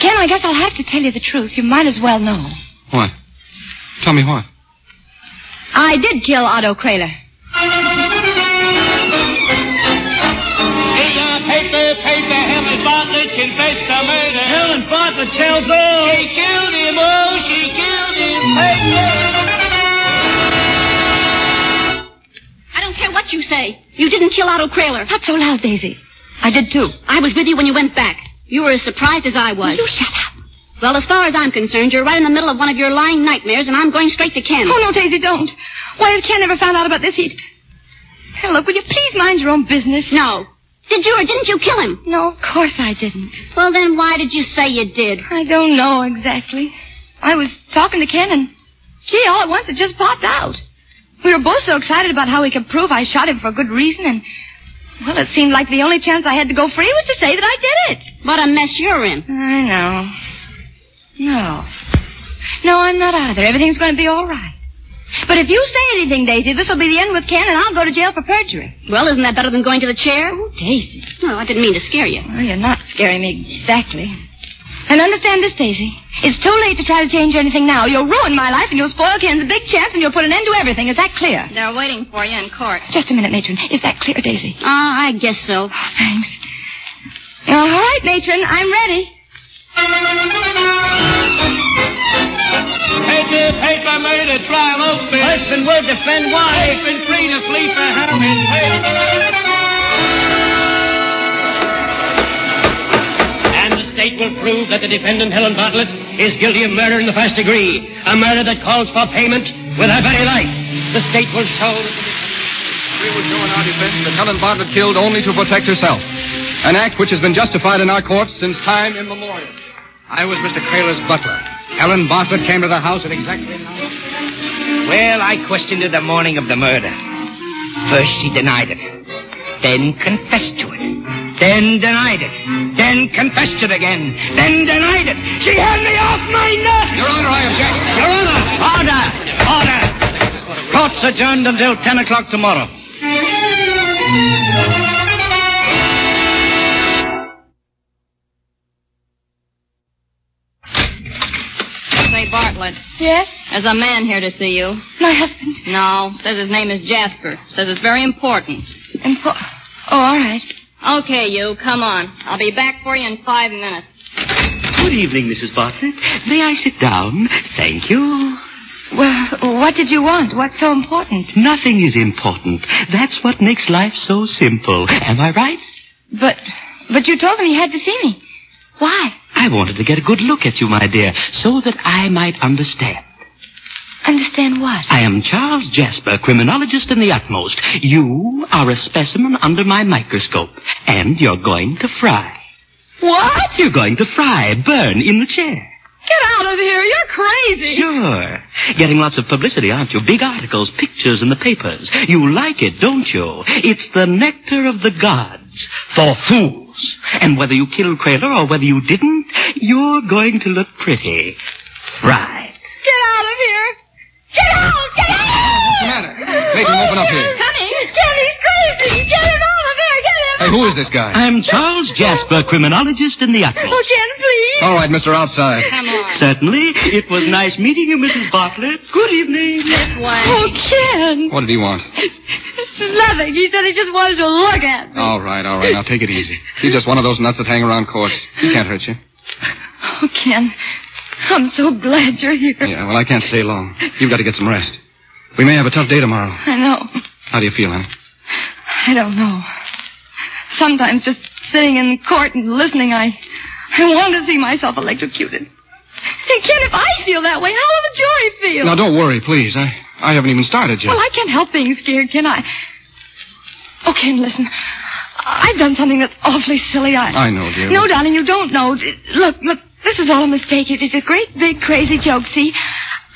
Speaker 4: Ken, I guess I'll have to tell you the truth. You might as well know.
Speaker 2: What? Tell me what.
Speaker 4: I did kill Otto Kraler.
Speaker 6: Paper, paper, Helen Bartlett confessed to murder.
Speaker 7: Helen Bartlett tells all.
Speaker 6: She killed him, oh, she killed him, paper.
Speaker 5: I don't care what you say. You didn't kill Otto Kraler.
Speaker 4: Not so loud, Daisy. I did too.
Speaker 5: I was with you when you went back. You were as surprised as I was.
Speaker 4: You shut up.
Speaker 5: Well, as far as I'm concerned, you're right in the middle of one of your lying nightmares, and I'm going straight to Ken.
Speaker 4: Oh, no, Daisy, don't. Why, if Ken ever found out about this, he'd... Hey, look, will you please mind your own business?
Speaker 5: No. Did you or didn't you kill him?
Speaker 4: No, of course I didn't.
Speaker 5: Well, then why did you say you did?
Speaker 4: I don't know exactly. I was talking to Ken and, gee, all at once it just popped out. We were both so excited about how we could prove I shot him for good reason and, well, it seemed like the only chance I had to go free was to say that I did it.
Speaker 5: What a mess you're in.
Speaker 4: I know. No. No, I'm not out of there. Everything's going to be all right. But if you say anything, Daisy, this will be the end with Ken and I'll go to jail for perjury.
Speaker 5: Well, isn't that better than going to the chair?
Speaker 4: Oh, Daisy.
Speaker 5: No, I didn't mean to scare you.
Speaker 4: Well, you're not scaring me exactly. And understand this, Daisy. It's too late to try to change anything now. You'll ruin my life and you'll spoil Ken's big chance and you'll put an end to everything. Is that clear?
Speaker 5: They're waiting for you in court.
Speaker 4: Just a minute, Matron. Is that clear, Daisy?
Speaker 5: Oh, I guess so.
Speaker 4: Oh, Thanks. All right, Matron. I'm ready.
Speaker 6: Paper, paper, murder, trial open. Husband will defend wife. Husband free to flee for Herman. And the state will prove that the defendant, Helen Bartlett, is guilty of murder in the first degree. A murder that calls for payment with her very life. The state will show that the
Speaker 2: We would show in our defense that Helen Bartlett killed only to protect herself. An act which has been justified in our courts since time immemorial. I was Mr. Kraler's butler. Helen Bartlett came to the house at exactly now.
Speaker 6: Well, I questioned her the morning of the murder. First, she denied it. then confessed to it, then denied it, then confessed it again, then denied it. She had me off my nut!
Speaker 2: Your Honor, I object.
Speaker 6: Your Honor! Order! Order! Court's adjourned until 10 o'clock tomorrow.
Speaker 5: Say, Bartlett,
Speaker 4: Yes?
Speaker 5: there's a man here to see you.
Speaker 4: My husband.
Speaker 5: No, says his name is Jasper. Says it's very important.
Speaker 4: And Paul. Oh, all right.
Speaker 5: Okay, you, come on. I'll be back for you in five minutes.
Speaker 10: Good evening, Mrs. Bartlett. May I sit down? Thank you.
Speaker 4: Well, what did you want? What's so important?
Speaker 10: Nothing is important. That's what makes life so simple. Am I right?
Speaker 4: But, but you told him he had to see me. Why?
Speaker 10: I wanted to get a good look at you, my dear, so that I might understand.
Speaker 4: Understand what?
Speaker 10: I am Charles Jasper, criminologist in the utmost. You are a specimen under my microscope, and you're going to fry.
Speaker 5: What?
Speaker 10: You're going to fry, burn in the chair.
Speaker 5: Get out of here. You're crazy.
Speaker 10: Sure. Getting lots of publicity, aren't you? Big articles, pictures in the papers. You like it, don't you? It's the nectar of the gods for fools. And whether you killed Crayler or whether you didn't, you're going to look pretty. Right.
Speaker 5: Get out of here. Get out. Get out.
Speaker 2: What's the matter? Make him open up here.
Speaker 5: Coming. Kenny's crazy. Get him out of here. Get him.
Speaker 2: Hey, who is this guy?
Speaker 10: I'm Charles Jasper, criminologist in the
Speaker 5: Jen,
Speaker 10: utmost.
Speaker 5: Oh, please.
Speaker 2: All right, Mr. Outside.
Speaker 5: Come on.
Speaker 10: Certainly. It was nice meeting you, Mrs. Bartlett. Good evening.
Speaker 5: Oh, Ken.
Speaker 2: What did he want?
Speaker 5: Nothing. He said he just wanted to look at me.
Speaker 2: All right, all right. Now take it easy. He's just one of those nuts that hang around courts. He can't hurt you.
Speaker 4: Oh, Ken, I'm so glad you're here.
Speaker 2: Yeah, Uh, well, I can't stay long. You've got to get some rest. We may have a tough day tomorrow.
Speaker 4: I know.
Speaker 2: How do you feel, honey?
Speaker 4: I don't know. Sometimes just sitting in court and listening, I, I want to see myself electrocuted. Say, Ken, if I feel that way, how will the jury feel?
Speaker 2: Now, don't worry, please. I, I haven't even started yet.
Speaker 4: Well, I can't help being scared, can I? Oh, Ken, listen. I've done something that's awfully silly. I.
Speaker 2: I know, dear.
Speaker 4: No, darling, you don't know. D- Look, look, this is all a mistake. It- It's a great big crazy joke, see?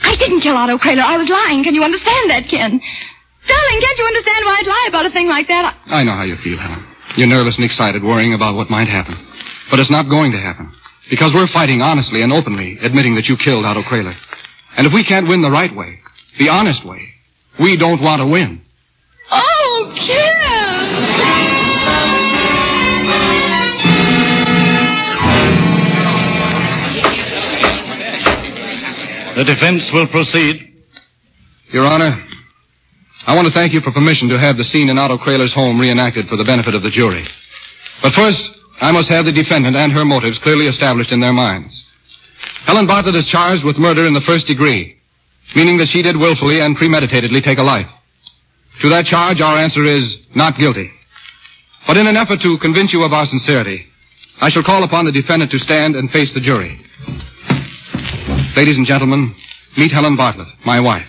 Speaker 4: I didn't kill Otto Kraler. I was lying. Can you understand that, Ken? Darling, can't you understand why I'd lie about a thing like that? I-
Speaker 2: I know how you feel, Helen. You're nervous and excited, worrying about what might happen. But it's not going to happen. Because we're fighting honestly and openly, admitting that you killed Otto Kraler. And if we can't win the right way, the honest way, we don't want to win.
Speaker 4: Oh, Ken!
Speaker 11: The defense will proceed.
Speaker 2: Your Honor, I want to thank you for permission to have the scene in Otto Kraler's home reenacted for the benefit of the jury. But first, I must have the defendant and her motives clearly established in their minds. Helen Bartlett is charged with murder in the first degree, meaning that she did willfully and premeditatedly take a life. To that charge, our answer is not guilty. But in an effort to convince you of our sincerity, I shall call upon the defendant to stand and face the jury. Ladies and gentlemen, meet Helen Bartlett, my wife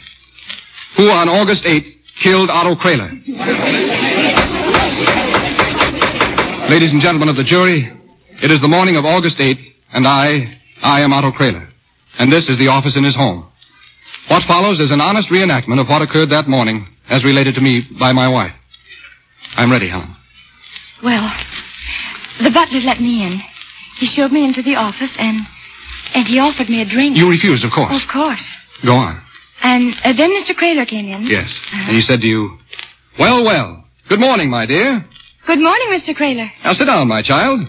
Speaker 2: who on August 8th killed Otto Kraler. Ladies and gentlemen of the jury, it is the morning of August 8th, and I, I am Otto Kraler, and this is the office in his home. What follows is an honest reenactment of what occurred that morning as related to me by my wife. I'm ready, Helen.
Speaker 4: Well, the butler let me in. He showed me into the office and and he offered me a drink.
Speaker 2: You refused, of course.
Speaker 4: Of course.
Speaker 2: Go on.
Speaker 4: And uh, then Mr. Kraler came in.
Speaker 2: Yes. And he said to you, Well, well, good morning, my dear.
Speaker 4: Good morning, Mr. Kraler.
Speaker 2: Now sit down, my child.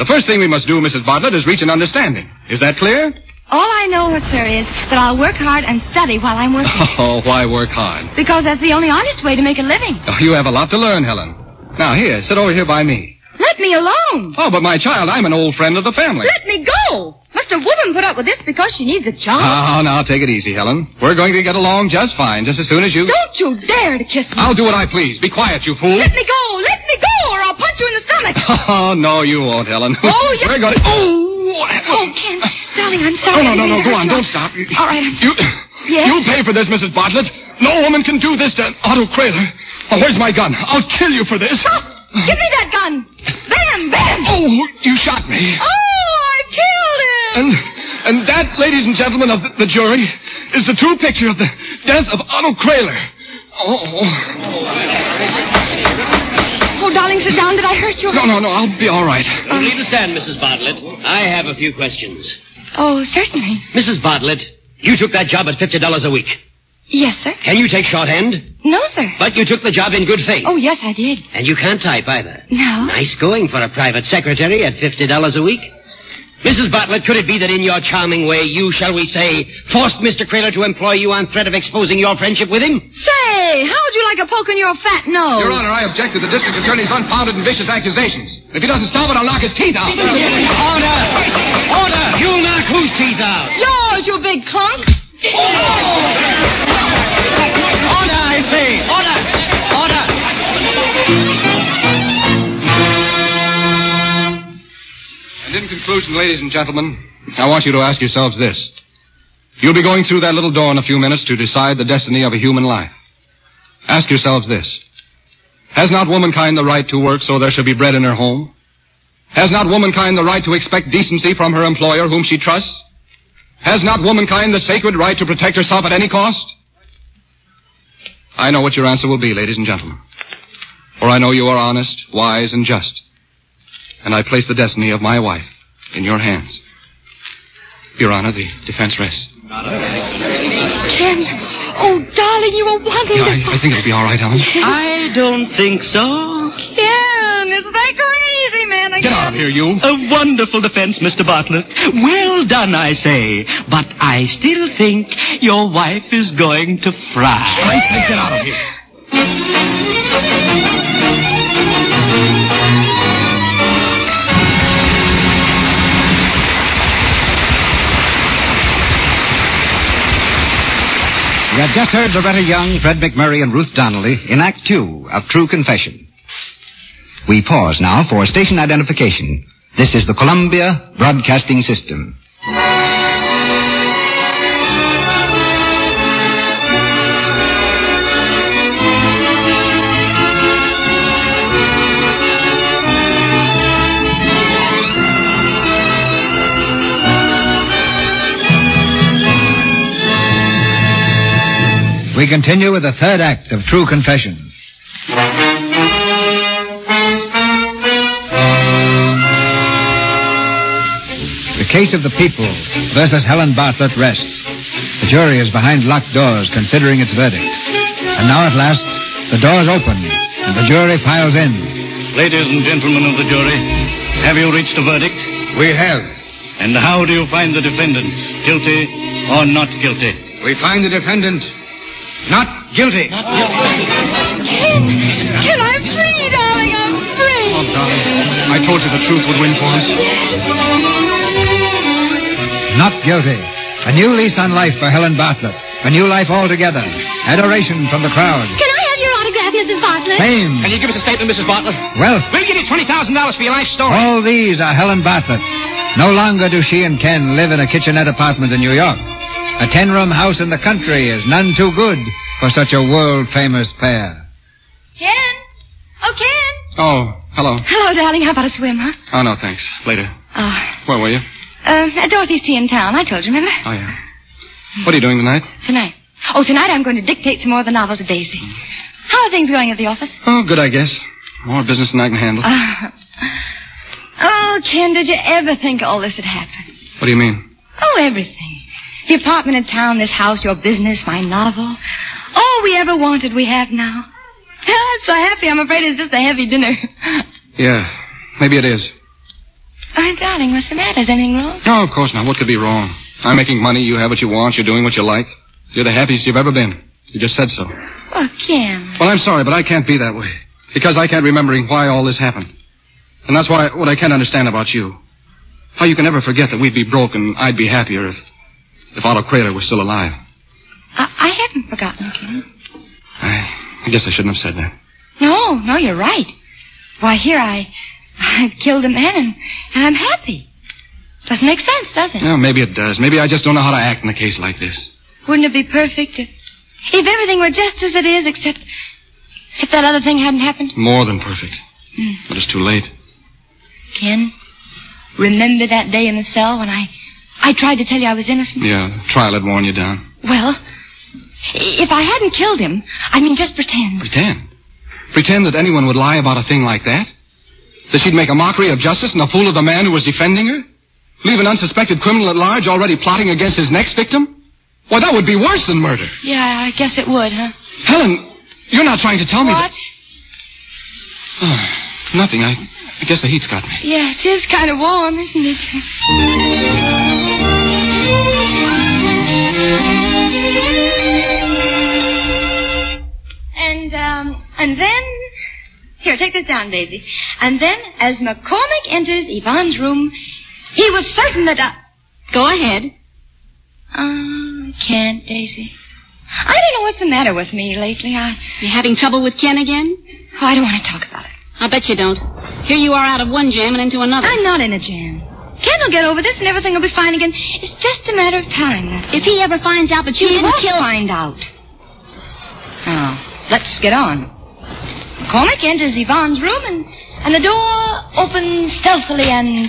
Speaker 2: The first thing we must do, Mrs. Bartlett, is reach an understanding. Is that clear?
Speaker 4: All I know, sir, is that I'll work hard and study while I'm working.
Speaker 2: Oh, why work hard?
Speaker 4: because that's the only honest way to make a living.
Speaker 2: Oh, you have a lot to learn, Helen. Now, here, sit over here by me.
Speaker 4: Let me alone.
Speaker 2: Oh, but my child, I'm an old friend of the family.
Speaker 4: Let me go. Must a woman put up with this because she needs a job?
Speaker 2: Now, Ah, now, take it easy, Helen. We're going to get along just fine, just as soon as you...
Speaker 4: Don't you dare to kiss me.
Speaker 2: I'll do what I please. Be quiet, you fool.
Speaker 4: Let me go. Let me go, or I'll punch you in the stomach.
Speaker 2: Oh, no, you won't, Helen.
Speaker 4: Oh, yes.
Speaker 2: We're going to... Oh!
Speaker 4: Oh, Ken, darling, I'm sorry. I
Speaker 2: Oh, no, no,
Speaker 4: didn't
Speaker 2: no,
Speaker 4: mean to
Speaker 2: go
Speaker 4: hurt
Speaker 2: on.
Speaker 4: you.
Speaker 2: Don't stop. You-
Speaker 4: All right, I'm
Speaker 2: You...
Speaker 4: Yes?
Speaker 2: You pay for this, Mrs. Bartlett. No woman can do this to Otto Kraler. Oh, where's my gun? I'll kill you for this.
Speaker 4: Give me that gun! Bam! Bam! Oh,
Speaker 2: Oh, you shot me.
Speaker 4: I killed him!
Speaker 2: And and that, ladies and gentlemen of the, the jury, is the true picture of the death of Otto Kraler. Oh.
Speaker 4: Oh, Darling, sit down. Did I hurt you?
Speaker 2: No, no, no. I'll be all right.
Speaker 12: You'll leave the stand, Mrs. Bartlett. I have a few questions.
Speaker 4: Oh, certainly.
Speaker 12: Mrs. Bartlett, you took that job at $50 a week.
Speaker 4: Yes, sir.
Speaker 12: Can you take shorthand?
Speaker 4: No, sir.
Speaker 12: But you took the job in good faith.
Speaker 4: Oh, yes, I did.
Speaker 12: And you can't type either.
Speaker 4: No.
Speaker 12: Nice going for a private secretary at $50 a week. Mrs. Bartlett, could it be that in your charming way you, shall we say, forced Mr. Crater to employ you on threat of exposing your friendship with him?
Speaker 4: Say, how would you like a poke in your fat nose?
Speaker 2: Your Honor, I object to the district attorney's unfounded and vicious accusations. If he doesn't stop it, I'll knock his teeth out.
Speaker 12: Order! Order! You'll knock whose teeth out?
Speaker 4: Yours, you big clunk.
Speaker 12: Order, I say! Order! Order!
Speaker 2: And in conclusion, ladies and gentlemen, I want you to ask yourselves this. You'll be going through that little door in a few minutes to decide the destiny of a human life. Ask yourselves this. Has not womankind the right to work so there shall be bread in her home? Has not womankind the right to expect decency from her employer whom she trusts? Has not womankind the sacred right to protect herself at any cost? I know what your answer will be, ladies and gentlemen. For I know you are honest, wise, and just. And I place the destiny of my wife in your hands. Your Honor, the defense rests.
Speaker 4: Ken. Oh, darling, you were
Speaker 2: Yeah,
Speaker 4: wonderful.
Speaker 2: I, I think it'll be all right, Helen.
Speaker 10: I don't think so.
Speaker 4: Ken, it's that crazy man again.
Speaker 2: here, you.
Speaker 10: A wonderful defense, Mr. Bartlett. Well done, I say. But I still think your wife is going to fry.
Speaker 2: Get out of here.
Speaker 9: You have just heard Loretta Young, Fred McMurray, and Ruth Donnelly in Act Two of True Confession. We pause now for station identification. This is the Columbia Broadcasting System.
Speaker 1: We continue with the third act of True Confession. The case of the people versus Helen Bartlett rests. The jury is behind locked doors considering its verdict. And now at last, the doors open and the jury files in.
Speaker 11: Ladies and gentlemen of the jury, have you reached a verdict?
Speaker 1: We have.
Speaker 11: And how do you find the defendant? Guilty or not guilty?
Speaker 2: We find the defendant not guilty.
Speaker 4: Ken, Ken, I'm free, darling. I'm free.
Speaker 2: Oh, darling, I told you the truth would win for us.
Speaker 1: Not guilty. A new lease on life for Helen Bartlett. A new life altogether. Adoration from the crowd.
Speaker 5: Can I have your autograph, Mrs. Bartlett?
Speaker 1: Fame.
Speaker 2: Can you give us a statement, Mrs. Bartlett?
Speaker 1: Wealth.
Speaker 2: We'll give you $20,000 for your life story.
Speaker 1: All these are Helen Bartlett. No longer do she and Ken live in a kitchenette apartment in New York. A ten room house in the country is none too good for such a world famous pair.
Speaker 4: Ken. Oh, Ken.
Speaker 2: Oh, hello.
Speaker 4: Hello, darling. How about a swim, huh?
Speaker 2: Oh, no, thanks. Later.
Speaker 4: Oh,
Speaker 2: Where were you?
Speaker 4: uh, Dorothy's tea in town. I told you, remember?
Speaker 2: Oh, yeah. What are you doing tonight?
Speaker 4: Tonight. Oh, tonight I'm going to dictate some more of the novel to Daisy. How are things going at the office?
Speaker 2: Oh, good, I guess. More business than I can handle.
Speaker 4: Ah. oh, Ken, did you ever think all this would happen?
Speaker 2: What do you mean?
Speaker 4: Oh, everything. The apartment in town, this house, your business, my novel. All we ever wanted, we have now. I'm so happy. I'm afraid it's just a heavy dinner.
Speaker 2: Yeah, maybe it is.
Speaker 4: Oh, darling, what's the matter? Is anything wrong?
Speaker 2: No, of course not. What could be wrong? I'm making money. You have what you want. You're doing what you like. You're the happiest you've ever been. You just said so.
Speaker 4: Oh, Ken.
Speaker 2: Well, I'm sorry, but I can't be that way. Because I can't remembering why all this happened. And that's why what I can't understand about you. How you can ever forget that we'd be broke and I'd be happier if if Otto Crater was still alive.
Speaker 4: I, I haven't forgotten, Ken.
Speaker 2: I, I guess I shouldn't have said that.
Speaker 4: No, no, you're right. Why, here I, I've killed a man and, and I'm happy. Doesn't make sense, does it?
Speaker 2: Yeah, maybe it does. Maybe I just don't know how to act in a case like this.
Speaker 4: Wouldn't it be perfect if, if everything were just as it is, except, except that other thing hadn't happened?
Speaker 2: More than perfect.
Speaker 4: Mm.
Speaker 2: But it's too late.
Speaker 4: Ken, remember that day in the cell when I, I tried to tell you I was innocent?
Speaker 2: Yeah, the trial had worn you down.
Speaker 4: Well, i- if I hadn't killed him, I mean, just pretend.
Speaker 2: Pretend. Pretend that anyone would lie about a thing like that? That she'd make a mockery of justice and a fool of the man who was defending her? Leave an unsuspected criminal at large already plotting against his next victim? Why, that would be worse than murder.
Speaker 4: Yeah, I guess it would, huh?
Speaker 2: Helen, you're not trying to tell me
Speaker 4: What?
Speaker 2: that. Oh, nothing. I, I guess the heat's got me.
Speaker 4: Yeah, it is kind of warm, isn't it? And um, and then here, take this down, Daisy. And then, as McCormick enters Yvonne's room, he was certain that I...
Speaker 5: Go ahead.
Speaker 4: Um, can't, Daisy. I don't know what's the matter with me lately. I...
Speaker 5: You having trouble with Ken again?
Speaker 4: Oh, I don't want to talk about it.
Speaker 5: I bet you don't. Here you are out of one jam and into another.
Speaker 4: I'm not in a jam. Ken will get over this and everything will be fine again. It's just a matter of time, that's
Speaker 5: If he ever finds out that you
Speaker 4: He
Speaker 5: didn't
Speaker 4: won't
Speaker 5: kill
Speaker 4: find out. Now, Oh, let's get on. McCormick enters Yvonne's room and, and the door opens stealthily and...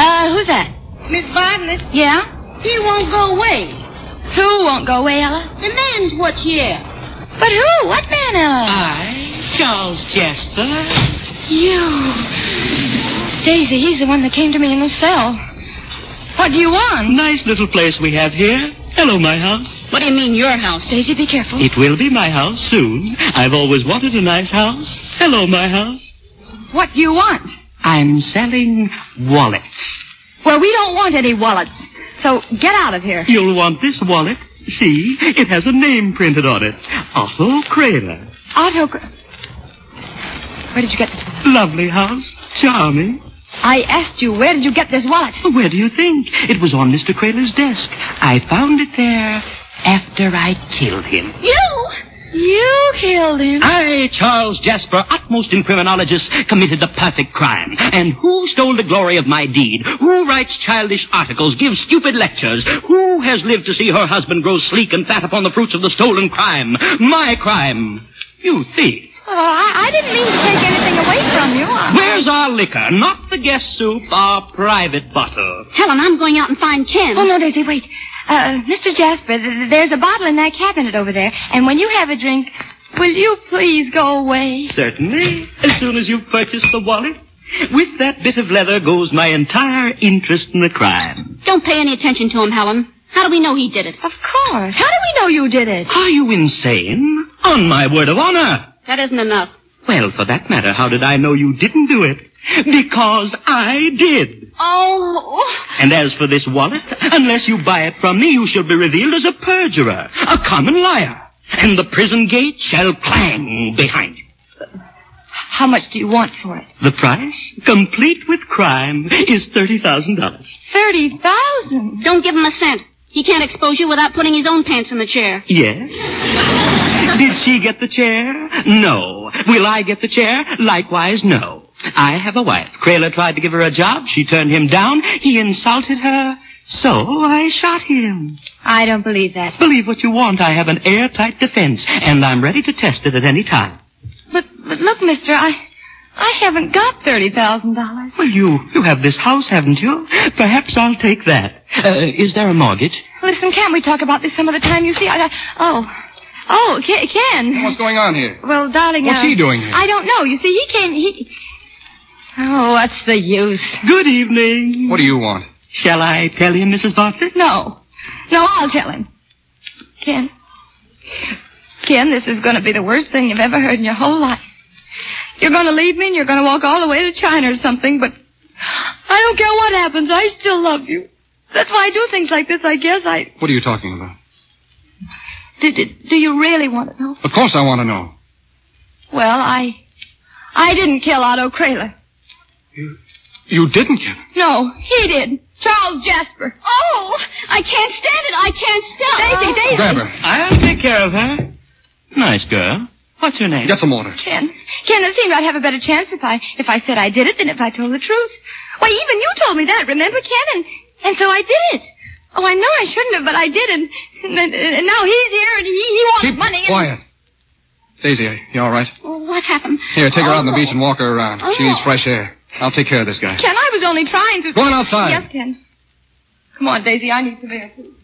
Speaker 4: Uh, who's that?
Speaker 13: Miss Bartlett,
Speaker 4: Yeah?
Speaker 13: he won't go away.
Speaker 4: Who won't go away, Ella?
Speaker 13: The man's what you have.
Speaker 4: But who? What man, Ella?
Speaker 13: I,
Speaker 4: Charles
Speaker 13: Jasper.
Speaker 4: You. Daisy, he's the one that came to me in the cell. What do you want?
Speaker 10: Nice little place we have here. Hello, my house.
Speaker 5: What do you mean, your house?
Speaker 4: Daisy, be careful.
Speaker 10: It will be my house soon. I've always wanted a nice house. Hello, my house.
Speaker 4: What do you want?
Speaker 10: I'm selling wallets.
Speaker 4: Well, we don't want any wallets. So get out of here.
Speaker 10: You'll want this wallet. See, it has a name printed on it. Otto Kraler.
Speaker 4: Otto. Gr- Where did you get this wallet?
Speaker 10: Lovely house. Charming.
Speaker 4: I asked you, where did you get this wallet?
Speaker 10: Where do you think? It was on Mr. Kraler's desk. I found it there after I killed him.
Speaker 4: You! You killed him.
Speaker 10: I, Charles Jasper, utmost in criminologists, committed the perfect crime. And who stole the glory of my deed? Who writes childish articles, gives stupid lectures? Who has lived to see her husband grow sleek and fat upon the fruits of the stolen crime? My crime! You thief!
Speaker 4: Oh, I, I didn't mean to take anything away from you. I-
Speaker 10: Where's our liquor? Not the guest soup, our private bottle.
Speaker 5: Helen, I'm going out and find Ken.
Speaker 4: Oh, no, Daisy, wait. Uh, Mr. Jasper, th- th- there's a bottle in that cabinet over there. And when you have a drink, will you please go away?
Speaker 10: Certainly, as soon as you've purchased the wallet. With that bit of leather goes my entire interest in the crime.
Speaker 5: Don't pay any attention to him, Helen. How do we know he did it?
Speaker 4: Of course. How do we know you did it?
Speaker 10: Are you insane? On my word of honor!
Speaker 5: That isn't enough.
Speaker 10: Well, for that matter, how did I know you didn't do it? Because I did.
Speaker 5: Oh.
Speaker 10: And as for this wallet, unless you buy it from me, you shall be revealed as a perjurer, a common liar. And the prison gate shall clang behind you.
Speaker 4: How much do you want for it?
Speaker 10: The price, complete with crime, is $30,000.
Speaker 4: Thirty thousand.
Speaker 5: Don't give him a cent. He can't expose you without putting his own pants in the chair.
Speaker 10: Yes? Did she get the chair? No. Will I get the chair? Likewise, no. I have a wife. Kraler tried to give her a job. She turned him down. He insulted her. So
Speaker 2: Oh,
Speaker 10: I shot him.
Speaker 4: I don't believe that.
Speaker 10: Believe what you want. I have an airtight defense, and I'm ready to test it at any time.
Speaker 4: But, but look, mister, I, I haven't got $30,000.
Speaker 10: Well, you, you have this house, haven't you? Perhaps I'll take that. Uh, is there a mortgage?
Speaker 4: Listen, can't we talk about this some other time? You see, I, I oh, oh, Ke- Ken.
Speaker 2: What's going on here?
Speaker 4: Well, darling,
Speaker 2: What's
Speaker 4: uh,
Speaker 2: he doing here?
Speaker 4: I don't know. You see, he came. He. Oh, what's the use?
Speaker 10: Good evening.
Speaker 2: What do you want?
Speaker 10: Shall I tell him, Mrs. Bartlett?
Speaker 4: No, no, I'll tell him. Ken, Ken, this is going to be the worst thing you've ever heard in your whole life. You're going to leave me, and you're going to walk all the way to China or something. But I don't care what happens. I still love you. That's why I do things like this. I guess I.
Speaker 2: What are you talking about?
Speaker 4: Do, do, do you really want to know?
Speaker 2: Of course I want to know.
Speaker 4: Well, I. I didn't kill Otto Kraler.
Speaker 2: You didn't kill him.
Speaker 4: No, he did. Charles Jasper.
Speaker 5: Oh, I can't stand it. I can't stop.
Speaker 4: Daisy, Daisy.
Speaker 2: Grab her.
Speaker 10: I'll take care of her. Nice girl. What's her name?
Speaker 2: Get some water.
Speaker 4: Ken. Ken, it seemed I'd have a better chance if I if I said I did it than if I told the truth. Why, even you told me that, remember, Ken? And, and so I did it. Oh, I know I shouldn't have, but I did, and, and, and now he's here, and he, he wants
Speaker 2: Keep
Speaker 4: money. And...
Speaker 2: quiet. Daisy, are you all right?
Speaker 5: Oh, what happened?
Speaker 2: Here, take her out on the
Speaker 5: Oh.
Speaker 2: beach and walk her around. She
Speaker 5: Oh.
Speaker 2: needs fresh air. I'll take care of this guy.
Speaker 4: Ken, I was only trying to.
Speaker 2: Go on outside.
Speaker 4: Yes, Ken. Come on, Daisy. I need some air too.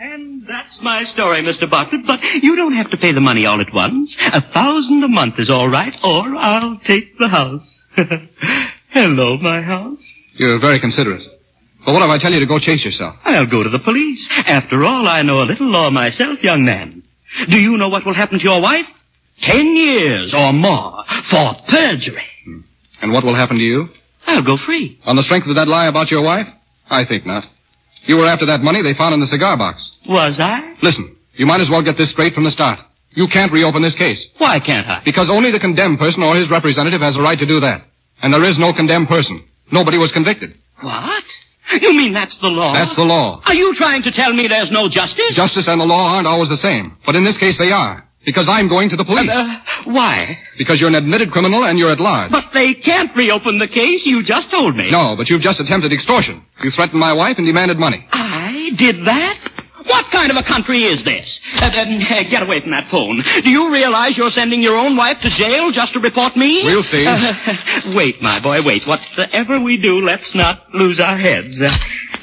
Speaker 10: And that's That's my story, Mr. Bartlett, but you don't have to pay the money all at once. A thousand a month is all right, or I'll take the house. Hello, my house.
Speaker 2: You're very considerate. But what if I tell you to go chase yourself?
Speaker 10: I'll go to the police. After all, I know a little law myself, young man. Do you know what will happen to your wife? Ten years or more for perjury.
Speaker 2: Hmm. And what will happen to you?
Speaker 10: I'll go free.
Speaker 2: On the strength of that lie about your wife? I think not. You were after that money they found in the cigar box.
Speaker 10: Was I?
Speaker 2: Listen, you might as well get this straight from the start. You can't reopen this case.
Speaker 10: Why can't I?
Speaker 2: Because only the condemned person or his representative has a right to do that. And there is no condemned person. Nobody was convicted.
Speaker 10: What? You mean that's the law?
Speaker 2: That's the law.
Speaker 10: Oh. Are you trying to tell me there's no justice?
Speaker 2: Justice and the law aren't always the same. But in this case, they are. Because I'm going to the police.
Speaker 10: Uh, why?
Speaker 2: Because you're an admitted criminal and you're at large.
Speaker 10: But they can't reopen the case. You just told me.
Speaker 2: No, but you've just attempted extortion. You threatened my wife and demanded money.
Speaker 10: I did that? What kind of a country is this? Uh, uh, get away from that phone. Do you realize you're sending your own wife to jail just to report me?
Speaker 2: We'll see.
Speaker 10: Uh, wait, my boy, wait. Whatever we do, let's not lose our heads. Uh,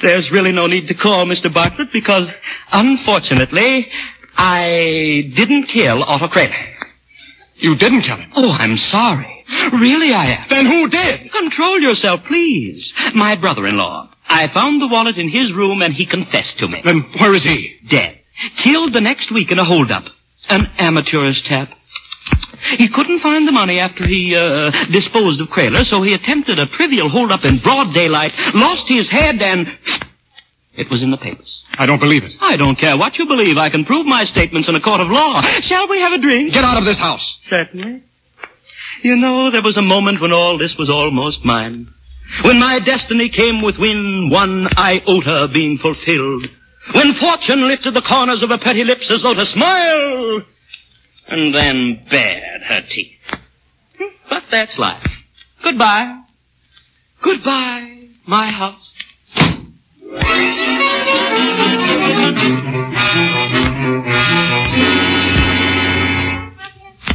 Speaker 10: there's really no need to call Mr. Bartlett because, unfortunately, I didn't kill Otto Kramer.
Speaker 2: You didn't kill him?
Speaker 10: Oh, I'm sorry. Really, I am.
Speaker 2: Then who did?
Speaker 10: Control yourself, please. My brother-in-law. I found the wallet in his room and he confessed to me.
Speaker 2: Then where is he?
Speaker 10: Dead. Killed the next week in a holdup. An amateurish chap. He couldn't find the money after he uh, disposed of Crayler, so he attempted a trivial holdup in broad daylight, lost his head, and it was in the papers.
Speaker 2: I don't believe it.
Speaker 10: I don't care what you believe. I can prove my statements in a court of law. Shall we have a drink?
Speaker 2: Get out of this house.
Speaker 10: Certainly. You know, there was a moment when all this was almost mine. When my destiny came within one iota being fulfilled. When fortune lifted the corners of her pretty lips as though to smile. And then bared her teeth. Hmm, But that's life. Goodbye. Goodbye, my house.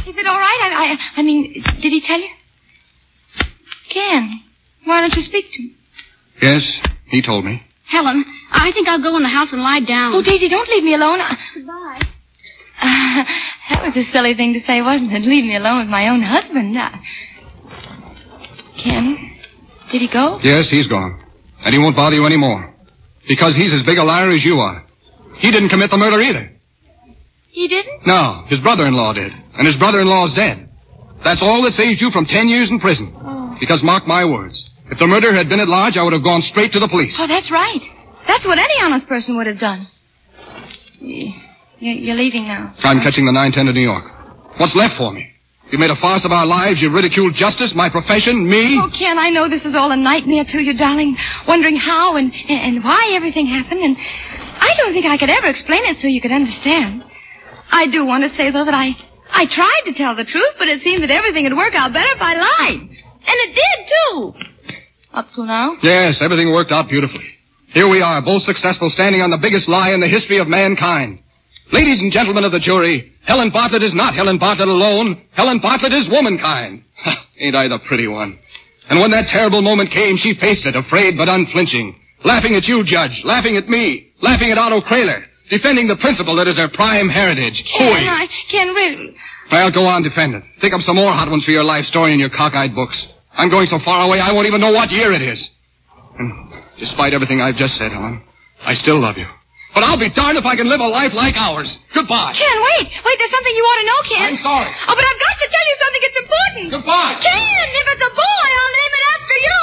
Speaker 4: Is it all right? I, I, I mean, did he tell you? Ken, why don't you speak to him?
Speaker 2: Yes, he told me.
Speaker 5: Helen, I think I'll go in the house and lie down.
Speaker 4: Oh, Daisy, don't leave me alone. I-
Speaker 13: Goodbye.
Speaker 4: that was a silly thing to say, wasn't it? Leave me alone with my own husband. Uh, I- Ken, did he go?
Speaker 2: Yes, he's gone. And he won't bother you anymore. Because he's as big a liar as you are. He didn't commit the murder either.
Speaker 4: He didn't?
Speaker 2: No, his brother-in-law did. And his brother-in-law's dead. That's all that saved you from ten years in prison. Because mark my words, if the murder had been at large, I would have gone straight to the police.
Speaker 4: Oh, that's right. That's what any honest person would have done. Y- you- You're leaving now.
Speaker 2: I'm catching the 910 to New York. What's left for me? You made a farce of our lives. You ridiculed justice, my profession, me.
Speaker 4: Oh, Ken, I know this is all a nightmare to you, darling. Wondering how and, and why everything happened, and I don't think I could ever explain it so you could understand. I do want to say, though, that I, I tried to tell the truth, but it seemed that everything would work out better if I lied. And it did, too. Up till now.
Speaker 2: Yes, everything worked out beautifully. Here we are, both successful, standing on the biggest lie in the history of mankind. Ladies and gentlemen of the jury, Helen Bartlett is not Helen Bartlett alone. Helen Bartlett is womankind. Ain't I the pretty one? And when that terrible moment came, she faced it, afraid but unflinching. Laughing at you, Judge. Laughing at me. Laughing at Otto Kraler. Defending the principle that is her prime heritage.
Speaker 4: Ken,
Speaker 2: Hooey.
Speaker 4: I, Ken, really.
Speaker 2: Well, go on, defend it. Think up some more hot ones for your life story in your cockeyed books. I'm going so far away, I won't even know what year it is. And despite everything I've just said, Helen, I still love you. But I'll be darned if I can live a life like ours. Goodbye.
Speaker 4: Ken, wait. Wait, there's something you ought to know, Ken.
Speaker 2: I'm sorry.
Speaker 4: Oh, but I've got to tell you something. It's important.
Speaker 2: Goodbye.
Speaker 4: Ken, if it's a boy, I'll name it after you.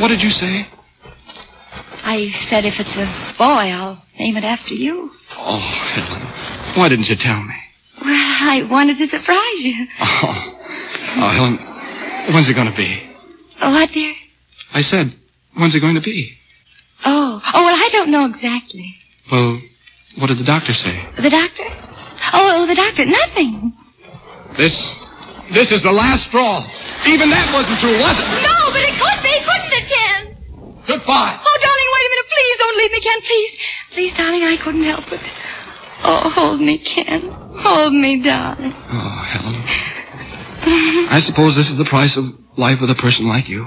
Speaker 2: What did you say?
Speaker 4: I said if it's a boy, I'll name it after you.
Speaker 2: Oh, Helen, why didn't you tell me?
Speaker 4: Well, I wanted to surprise you.
Speaker 2: Oh, oh Helen, when's it going to be?
Speaker 4: Oh, what, dear?
Speaker 2: I said, when's it going to be?
Speaker 4: Oh, oh, well, I don't know exactly.
Speaker 2: Well, what did the doctor say?
Speaker 4: The doctor? Oh, oh, the doctor, nothing.
Speaker 2: This, this is the last straw. Even that wasn't true, was it?
Speaker 4: No, but it could be, couldn't it, Ken?
Speaker 2: Goodbye.
Speaker 4: Oh, darling, wait a minute. Please don't leave me, Ken. Please. Please, darling, I couldn't help it. Oh, hold me, Ken. Hold me, darling.
Speaker 2: Oh, Helen. I suppose this is the price of life with a person like you.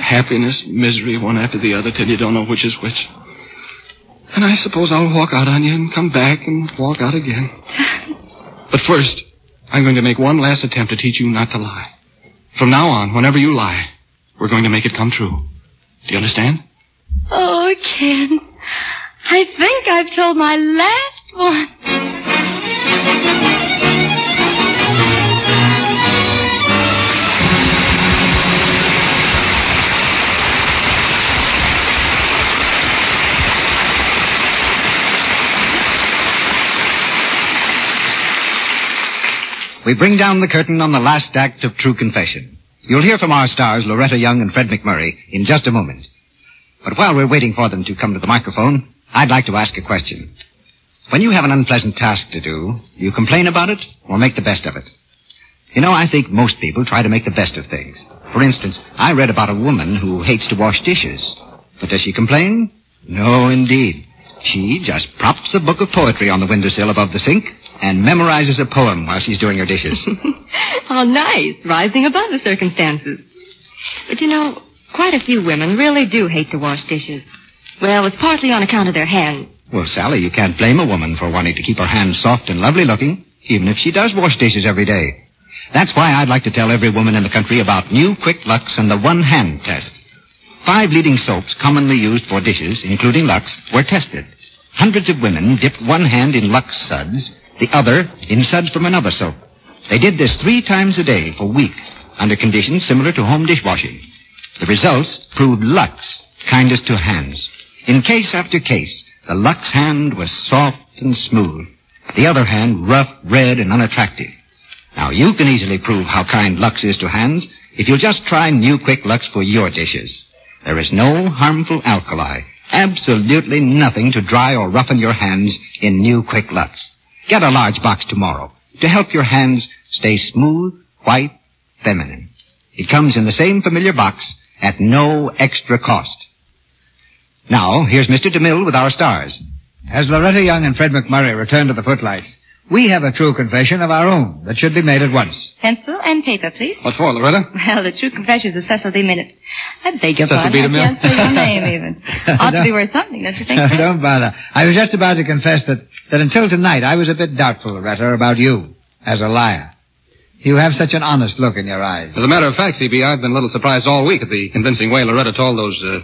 Speaker 14: Happiness, misery, one after the other, till you don't know which is which. And I suppose I'll walk out on you and come back and walk out again. But first, I'm going to make one last attempt to teach you not to lie. From now on, whenever you lie, we're going to make it come true. Do you understand?
Speaker 4: Oh, Ken, I think I've told my last one.
Speaker 9: We bring down the curtain on the last act of True Confession. You'll hear from our stars, Loretta Young and Fred McMurray, in just a moment. But while we're waiting for them to come to the microphone, I'd like to ask a question. When you have an unpleasant task to do, do you complain about it or make the best of it? You know, I think most people try to make the best of things. For instance, I read about a woman who hates to wash dishes. But does she complain? No, indeed. She just props a book of poetry on the windowsill above the sink and memorizes a poem while she's doing her dishes.
Speaker 15: How Oh, nice, rising above the circumstances. But you know, quite a few women really do hate to wash dishes. Well, it's partly on account of their hands.
Speaker 9: well, Sally, you can't blame a woman for wanting to keep her hands soft and lovely looking, even if she does wash dishes every day. That's why I'd like to tell every woman in the country about new Quick Lux and the one hand test. Five leading soaps commonly used for dishes, including Lux, were tested. Hundreds of women dipped one hand in Lux suds, the other in suds from another soap. They did this three times a day for weeks under conditions similar to home dishwashing. The results proved Lux kindest to hands. In case after case, the Lux hand was soft and smooth. The other hand rough, red, and unattractive. Now you can easily prove how kind Lux is to hands if you'll just try new Quick Lux for your dishes. There is no harmful alkali, absolutely nothing to dry or roughen your hands in new Quick Lux. Get a large box tomorrow to help your hands stay smooth, white, feminine. It comes in the same familiar box at no extra cost. Now, here's Mr. DeMille with our stars.
Speaker 1: As Loretta Young and Fred McMurray return to the footlights, we have a true confession of our own that should be made at once.
Speaker 15: Pencil and paper, please.
Speaker 1: What for, Loretta?
Speaker 15: Well, the true confessions of Cecil B. Minutes. I beg your
Speaker 1: Cecil B.
Speaker 15: pardon. I
Speaker 1: DeMille?
Speaker 15: can't say your name even. Ought to be worth something, don't you think? Fred?
Speaker 1: Don't bother. I was just about to confess that, that until tonight I was a bit doubtful, Loretta, about you as a liar. You have such an honest look in your eyes.
Speaker 2: As a matter of fact, CB, I've been a little surprised all week at the convincing way Loretta told those uh,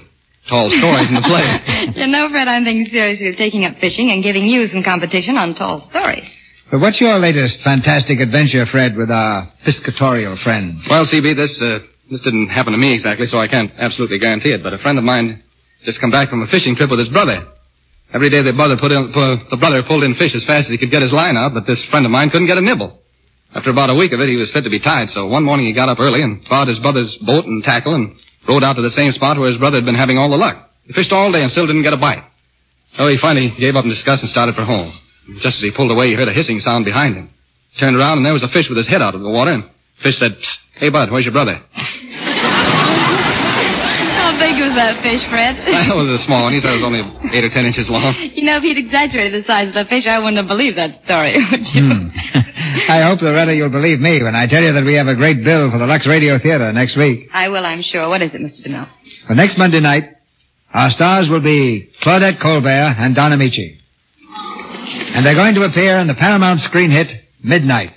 Speaker 2: tall stories in the play.
Speaker 15: you know, Fred, I'm thinking seriously of taking up fishing and giving you some competition on tall stories.
Speaker 1: But what's your latest fantastic adventure, Fred, with our piscatorial friends?
Speaker 2: Well, CB, this uh, this didn't happen to me exactly, so I can't absolutely guarantee it. But a friend of mine just come back from a fishing trip with his brother. Every day the brother put in, pu- the brother pulled in fish as fast as he could get his line out, but this friend of mine couldn't get a nibble. After about a week of it, he was fit to be tied. So one morning he got up early and borrowed his brother's boat and tackle and rowed out to the same spot where his brother had been having all the luck. He fished all day and still didn't get a bite. So he finally gave up in disgust and started for home. Just as he pulled away, he heard a hissing sound behind him. Turned around and there was a fish with his head out of the water. And the fish said, Psst, "Hey bud, where's your brother?"
Speaker 15: How big was that fish, Fred?
Speaker 2: That was a small one. He said it was only eight or ten inches long.
Speaker 15: you know, if he'd exaggerated the size of the fish, I wouldn't have believed that story, would you?
Speaker 1: Hmm. I hope, Loretta, you'll believe me when I tell you that we have a great bill for the Lux Radio Theater next week.
Speaker 15: I will, I'm sure. What is it, Mr. DeMille?
Speaker 1: For next Monday night, our stars will be Claudette Colbert and Don Amici. And they're going to appear in the Paramount screen hit, Midnight.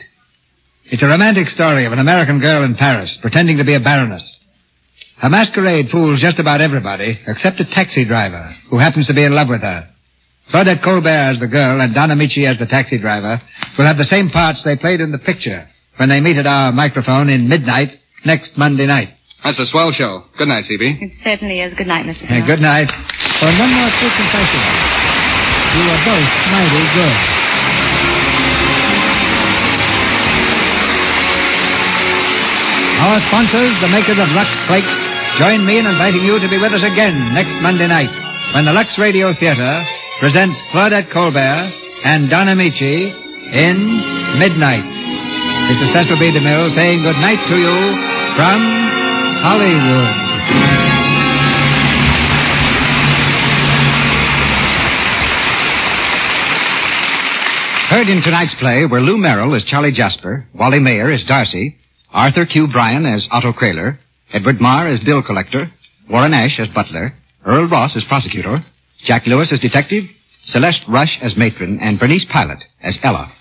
Speaker 1: It's a romantic story of an American girl in Paris pretending to be a baroness. Her masquerade fools just about everybody except a taxi driver who happens to be in love with her. Claudette Colbert as the girl and Don Amici as the taxi driver will have the same parts they played in the picture when they meet at our microphone in Midnight next Monday night.
Speaker 2: That's a swell show. Good night, CB.
Speaker 15: It certainly is. Good night, Mr.
Speaker 1: And
Speaker 15: DeMille.
Speaker 1: good night. For one more quick confession. You were both mighty good. Our sponsors, the makers of Lux Flakes, join me in inviting you to be with us again next Monday night when the Lux Radio Theater presents Claudette Colbert and Don Amici in Midnight. This is Cecil B. DeMille saying good night to you from Hollywood.
Speaker 9: Heard in tonight's play were Lou Merrill as Charlie Jasper, Wally Mayer as Darcy, Arthur Q. Bryan as Otto Kraler, Edward Marr as bill collector, Warren Ash as butler, Earl Ross as prosecutor, Jack Lewis as detective, Celeste Rush as matron, and Bernice Pilot as Ella.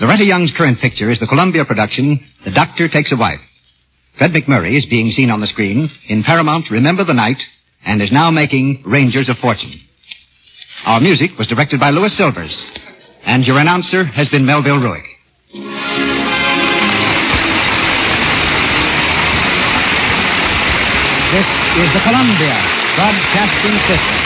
Speaker 9: Loretta Young's current picture is the Columbia production, The Doctor Takes a Wife. Fred McMurray is being seen on the screen in Paramount's Remember the Night and is now making Rangers of Fortune. Our music was directed by Louis Silvers, and your announcer has been Melville Ruick.
Speaker 1: This is the Columbia Broadcasting System.